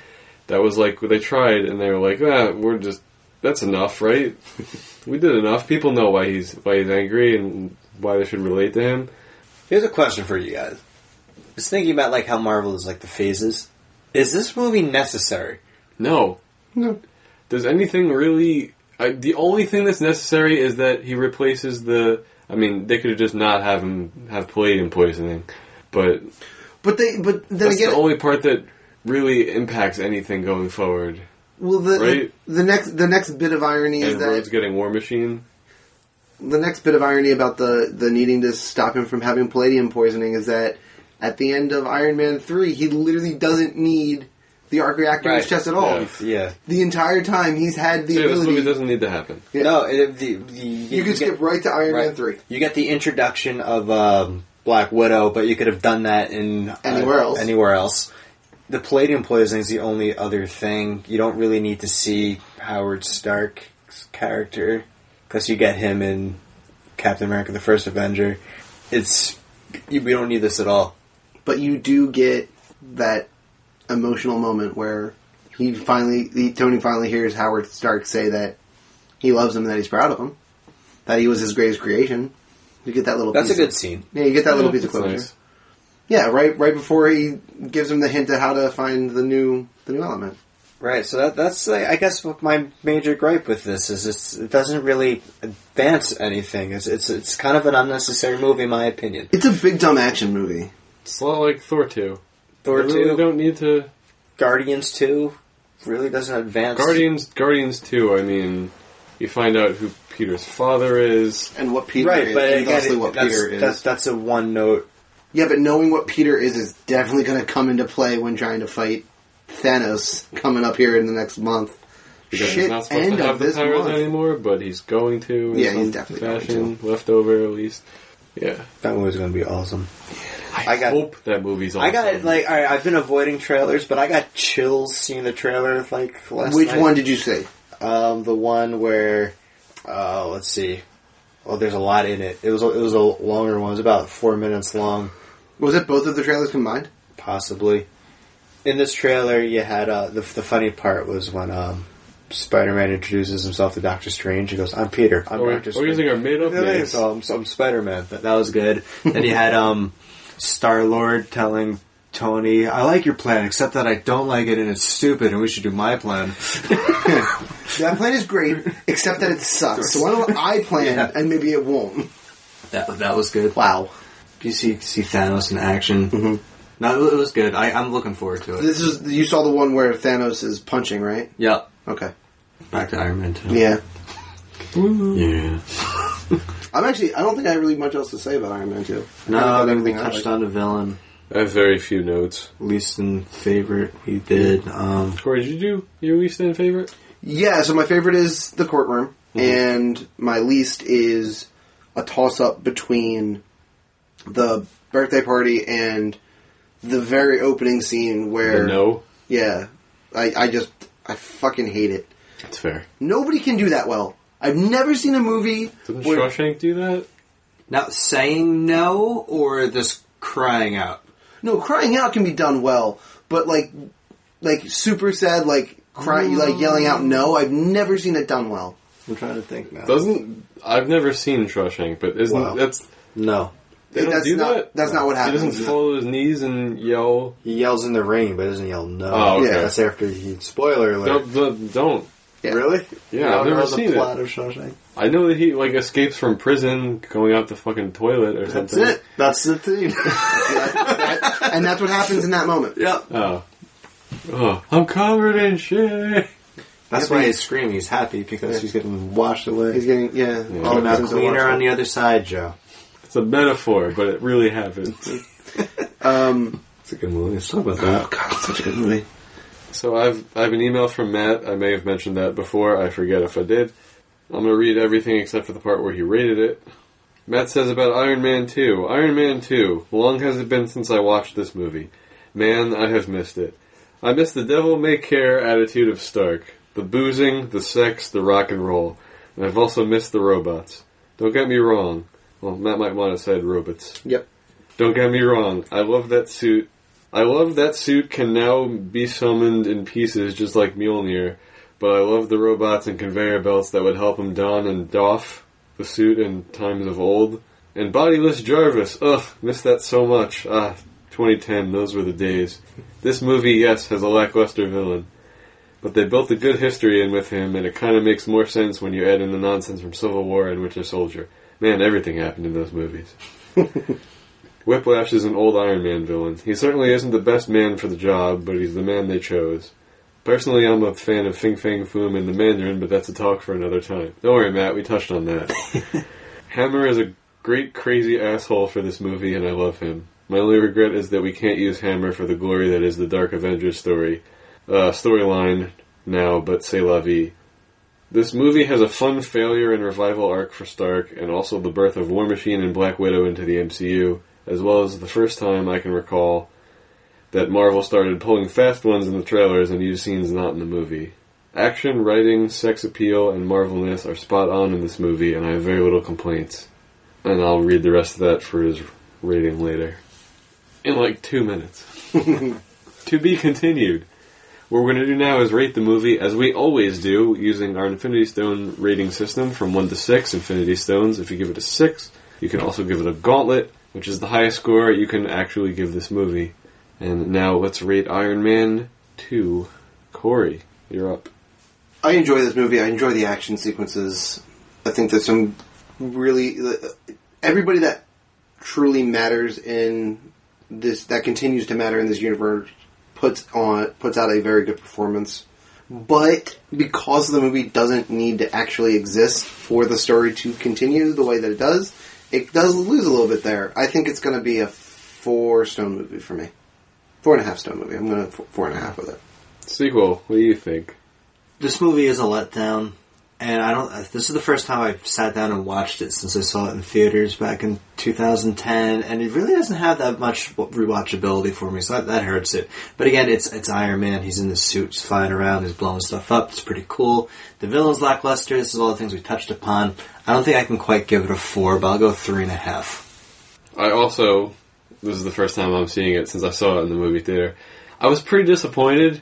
that was like they tried and they were like, ah, we're just that's enough, right? we did enough. People know why he's why he's angry and why they should relate to him. Here's a question for you guys. Just thinking about like how Marvel is like the phases. Is this movie necessary? No, No. does anything really? I, the only thing that's necessary is that he replaces the. I mean, they could have just not have him have Palladium poisoning, but But they but then that's again, the only part that really impacts anything going forward. well the, right? the next the next bit of irony is and that Rhodes getting War Machine. the next bit of irony about the the needing to stop him from having palladium poisoning is that at the end of Iron Man three, he literally doesn't need the arc reactor in his Right. chest at all. Yeah. Yeah. The entire time he's had the Yeah, this movie ability. doesn't need to happen. Yeah. No, it, the, the, you could get- skip right to Iron Man Right. three. You get the introduction of um, Black Widow, but you could have done that in uh, Anywhere else. Anywhere else. The palladium poisoning is the only other thing. You don't really need to see Howard Stark's character because you get him in Captain America: The First Avenger. It's you, we don't need this at all. but you do get that emotional moment where he finally, he, Tony finally hears Howard Stark say that he loves him, and that he's proud of him, that he was his greatest creation. You get that little. That's a piece good Of, scene. yeah, you get that little piece of That's closure. nice. Yeah, right. Right before he gives him the hint of how to find the new, the new element. Right, so that, that's like, I guess what my major gripe with this is it's, it doesn't really advance anything. It's, it's it's kind of an unnecessary movie, in my opinion. It's a big dumb action movie. It's a lot like Thor two. Thor They really two, don't need to. Guardians two, really doesn't advance. Guardians, Guardians two. I mean, you find out who Peter's father is. And what Peter right? is, But and again, thusly it- what that's, Peter is. that's that's a one note. yeah, but knowing what Peter is is definitely going to come into play when trying to fight Thanos coming up here in the next month. Because he's Shit, not supposed end to of have the this powers month. anymore, but he's going to. In Yeah, he's some definitely going fashion, Left over at least. Yeah, That movie's gonna be awesome. I, I got- hope that movie's. Awesome. I got it. Like I, I've been avoiding trailers, but I got chills seeing the trailer. Like last Which night. one did you say? Um, the one where, uh, let's see. Oh, there's a lot in it. It was a, it was a longer one. It was about four minutes long, Was it both of the trailers combined? possibly. In this trailer, you had uh, the the funny part was when um, Spider-Man introduces himself to Doctor Strange. He goes, "I'm Peter. I'm Or, Doctor or Strange." using our made up Yeah, yeah, names. so I'm, so I'm Spider-Man. That, that was good. then you had um, Star Lord um, telling Tony, I like your plan, except that I don't like it and it's stupid and we should do my plan. That plan is great, except that it sucks. So why don't I plan Yeah. and maybe it won't? That, that was good. Wow. You see, see Thanos in action. Mm-hmm. No, it was good. I, I'm looking forward to it. This is you saw the one where Thanos is punching, right? yeah. Okay. Back to Iron Man 2. Yeah. Yeah. I'm actually. I don't think I have really much else to say about Iron Man Two. I No, kinda covered then we I touched liked. on the villain. I have very few notes. Least in favorite we did. Um, Corey, did you do your least and favorite? Yeah. So my favorite is the courtroom, Mm-hmm. and my least is a toss up between the birthday party and the very opening scene where No. Yeah. I, I just I fucking hate it. That's fair. Nobody can do that well. I've never seen a movie Didn't where Shawshank do that? now, saying no or just crying out? No, crying out can be done well, but like, like super sad, like crying, like yelling out no. I've never seen it done well. I'm trying to think now. Doesn't I've never seen Shawshank, but isn't Wow. that's No. they don't that's do not that? that's not what He happens. doesn't fall to his knees and yell. He yells in the rain, but doesn't yell no. Oh, okay. Yeah. That's after he. Spoiler alert. No, no, don't. Yeah. Really? Yeah, I've never seen it. of Shawshank. I know that he like escapes from prison, going out the fucking toilet or That's something. it. That's the thing. That- that- and that's what happens in that moment. yep. Oh. Oh, I'm covered in shit. That's Yep, why he- he's screaming. He's happy because he's getting washed away. He's getting yeah. all oh, the now prisons are cleaner watchful. on the other side, Joe. It's a metaphor, but it really happened. Um, It's a good movie. Let's talk about oh god, such a good movie. So I've I have an email from Matt. I may have mentioned that before. I forget if I did. I'm gonna read everything except for the part where he rated it. Matt says about Iron Man 2. Iron Man 2. Long has it been since I watched this movie. Man, I have missed it. I miss the devil may care attitude of Stark. The boozing, the sex, the rock and roll. And I've also missed the robots. Don't get me wrong. Well, Matt might want to say robots. Yep. Don't get me wrong. I love that suit. I love that suit can now be summoned in pieces just like Mjolnir, but I love the robots and conveyor belts that would help him don and doff the suit in times of old. And bodiless Jarvis, ugh, miss that so much. Ah, 2010, those were the days. This movie, yes, has a lackluster villain, but they built a good history in with him, and it kind of makes more sense when you add in the nonsense from Civil War and Winter Soldier. Man, everything happened in those movies. Whiplash is an old Iron Man villain. He certainly isn't the best man for the job, but he's the man they chose. Personally, I'm a fan of Fing Fang Foom and the Mandarin, but that's a talk for another time. Don't worry, Matt, we touched on that. Hammer is a great crazy asshole for this movie, and I love him. My only regret is that we can't use Hammer for the glory that is the Dark Avengers story uh, storyline now, but say la vie. This movie has a fun failure and revival arc for Stark, and also the birth of War Machine and Black Widow into the MCU, as well as the first time I can recall that Marvel started pulling fast ones in the trailers and used scenes not in the movie. Action, writing, sex appeal, and Marvelness are spot on in this movie, and I have very little complaints. And I'll read the rest of that for his rating later. In like two minutes. to be continued. What we're going to do now is rate the movie as we always do, using our Infinity Stone rating system from 1 to 6 Infinity Stones. If you give it a 6, you can also give it a Gauntlet, which is the highest score you can actually give this movie. And now let's rate Iron Man 2. Corey, you're up. I enjoy this movie. I enjoy the action sequences. I think there's some really everybody that truly matters in this that continues to matter in this universe puts on puts out a very good performance. But because the movie doesn't need to actually exist for the story to continue the way that it does, it does lose a little bit there. I think it's going to be a four stone movie for me, four and a half stone movie. I'm going to four and a half with it. Sequel, what do you think? This movie is a letdown, and I don't. This is the first time I've sat down and watched it since I saw it in theaters back in 2010, and it really doesn't have that much rewatchability for me, so that, that hurts it. But again, it's it's Iron Man. He's in the suits, flying around, he's blowing stuff up. It's pretty cool. The villain's lackluster. This is all the things we touched upon. I don't think I can quite give it a four, but I'll go three and a half. I also, this is the first time I'm seeing it since I saw it in the movie theater. I was pretty disappointed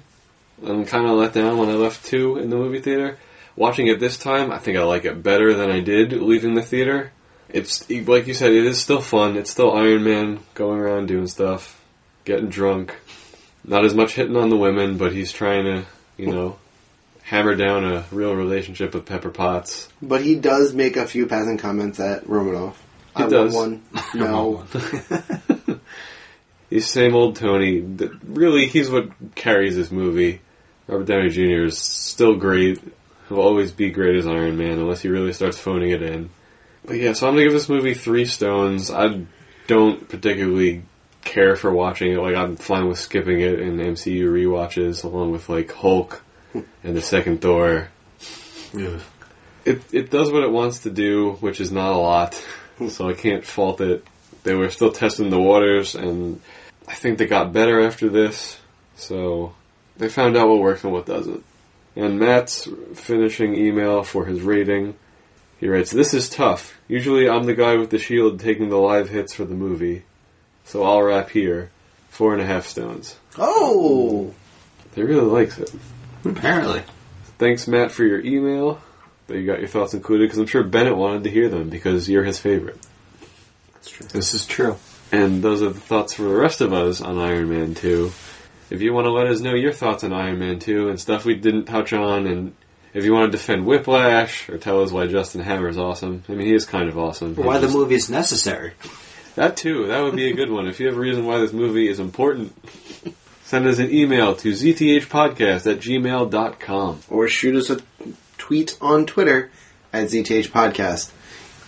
and kind of let down when I left two in the movie theater. Watching it this time, I think I like it better than I did leaving the theater. It's like you said, it is still fun. It's still Iron Man going around doing stuff, getting drunk. Not as much hitting on the women, but he's trying to, you know, hammer down a real relationship with Pepper Potts. But he does make a few passing comments at Romanoff. He I does. want one. No. He's same old Tony. Th- Really, he's what carries this movie. Robert Downey Jr. is still great. He'll always be great as Iron Man unless he really starts phoning it in. But yeah, so I'm gonna give this movie three stones. I don't particularly care for watching it. Like I'm fine with skipping it in MCU rewatches, along with like Hulk and the second Thor. Ugh. It it does what it wants to do, which is not a lot. So I can't fault it. They were still testing the waters, and I think they got better after this. So they found out what works and what doesn't. And Matt's finishing email for his rating. He writes, "This is tough. Usually I'm the guy with the shield taking the live hits for the movie, so I'll wrap here. Four and a half stones. Oh! They really likes it. Apparently. Thanks, Matt, for your email. That you got your thoughts included, because I'm sure Bennett wanted to hear them because you're his favorite. This is true. And those are the thoughts for the rest of us on Iron Man 2. If you want to let us know your thoughts on Iron Man 2 and stuff we didn't touch on, and if you want to defend Whiplash or tell us why Justin Hammer is awesome, I mean, he is kind of awesome. He Why the just- movie is necessary. That too, that would be a good one. If you have a reason why this movie is important, send us an email to zthpodcast at gmail.com. Or shoot us a tweet on Twitter at ZTH Podcast.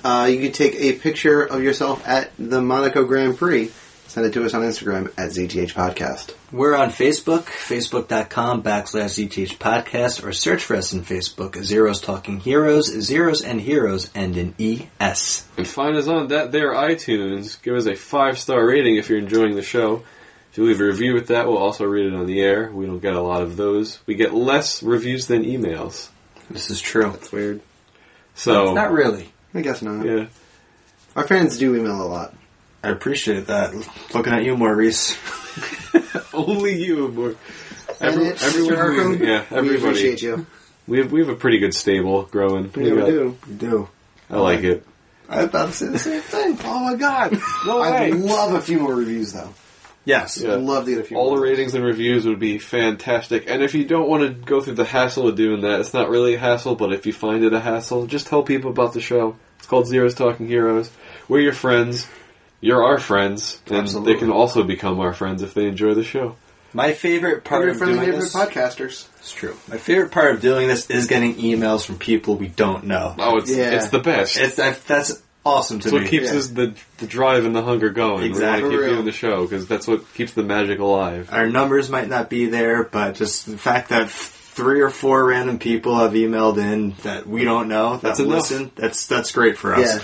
Uh, you can take a picture of yourself at the Monaco Grand Prix. Send it to us on Instagram at ZTH Podcast. We're on Facebook, facebook.com backslash ZTH podcast, or search for us in Facebook, Zeros Talking Heroes, Zeros and Heroes, and in E ES. And find us on that there iTunes. Give us a five star rating if you're enjoying the show. If you leave a review with that, we'll also read it on the air. We don't get a lot of those. We get less reviews than emails. This is true. It's weird. So Not really. I guess not. yeah, Our fans do email a lot. I appreciate that. Looking at you, Maurice. only you. More. And Every, it's everyone, Markham. we- yeah, We everybody. appreciate you. We have we have a pretty good stable growing. Yeah, we got- do. You do. I like it. I thought to say the same thing. Oh my god! No I'd way. love a few more reviews though. Yes. Yeah. I'd love to get a few. All the more. ratings and reviews would be fantastic. And if you don't want to go through the hassle of doing that, it's not really a hassle, but if you find it a hassle, just tell people about the show. It's called Zeros Talking Heroes. We're your friends. You're our friends. And Absolutely. they can also become our friends if they enjoy the show. My favorite part Your of friendly doing neighborhood this. podcasters. It's true. My favorite part of doing this is getting emails from people we don't know. Oh, it's Yeah. it's the best. It's It's that, that's awesome to what me. keeps yeah. us the, the drive and the hunger going. We want to Exactly. For keep real. doing the show because that's what keeps the magic alive. Our numbers might not be there, but just the fact that three or four random people have emailed in that we don't know that That's enough. listen. That's that's great for us.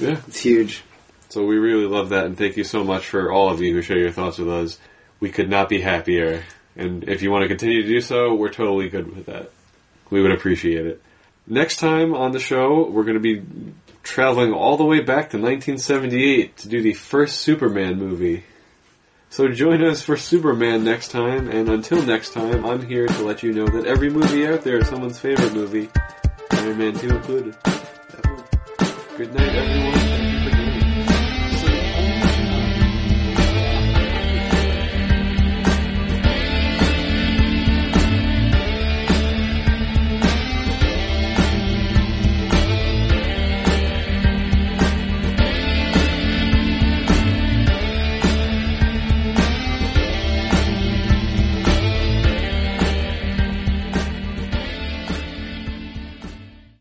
Yeah, Yeah. it's huge. So we really love that, and thank you so much for all of you who share your thoughts with us. We could not be happier, and if you want to continue to do so, we're totally good with that. We would appreciate it. Next time on the show, we're going to be traveling all the way back to 1978 to do the first Superman movie. So join us for Superman next time, and until next time, I'm here to let you know that every movie out there is someone's favorite movie, Iron Man 2 included. Good night, everyone.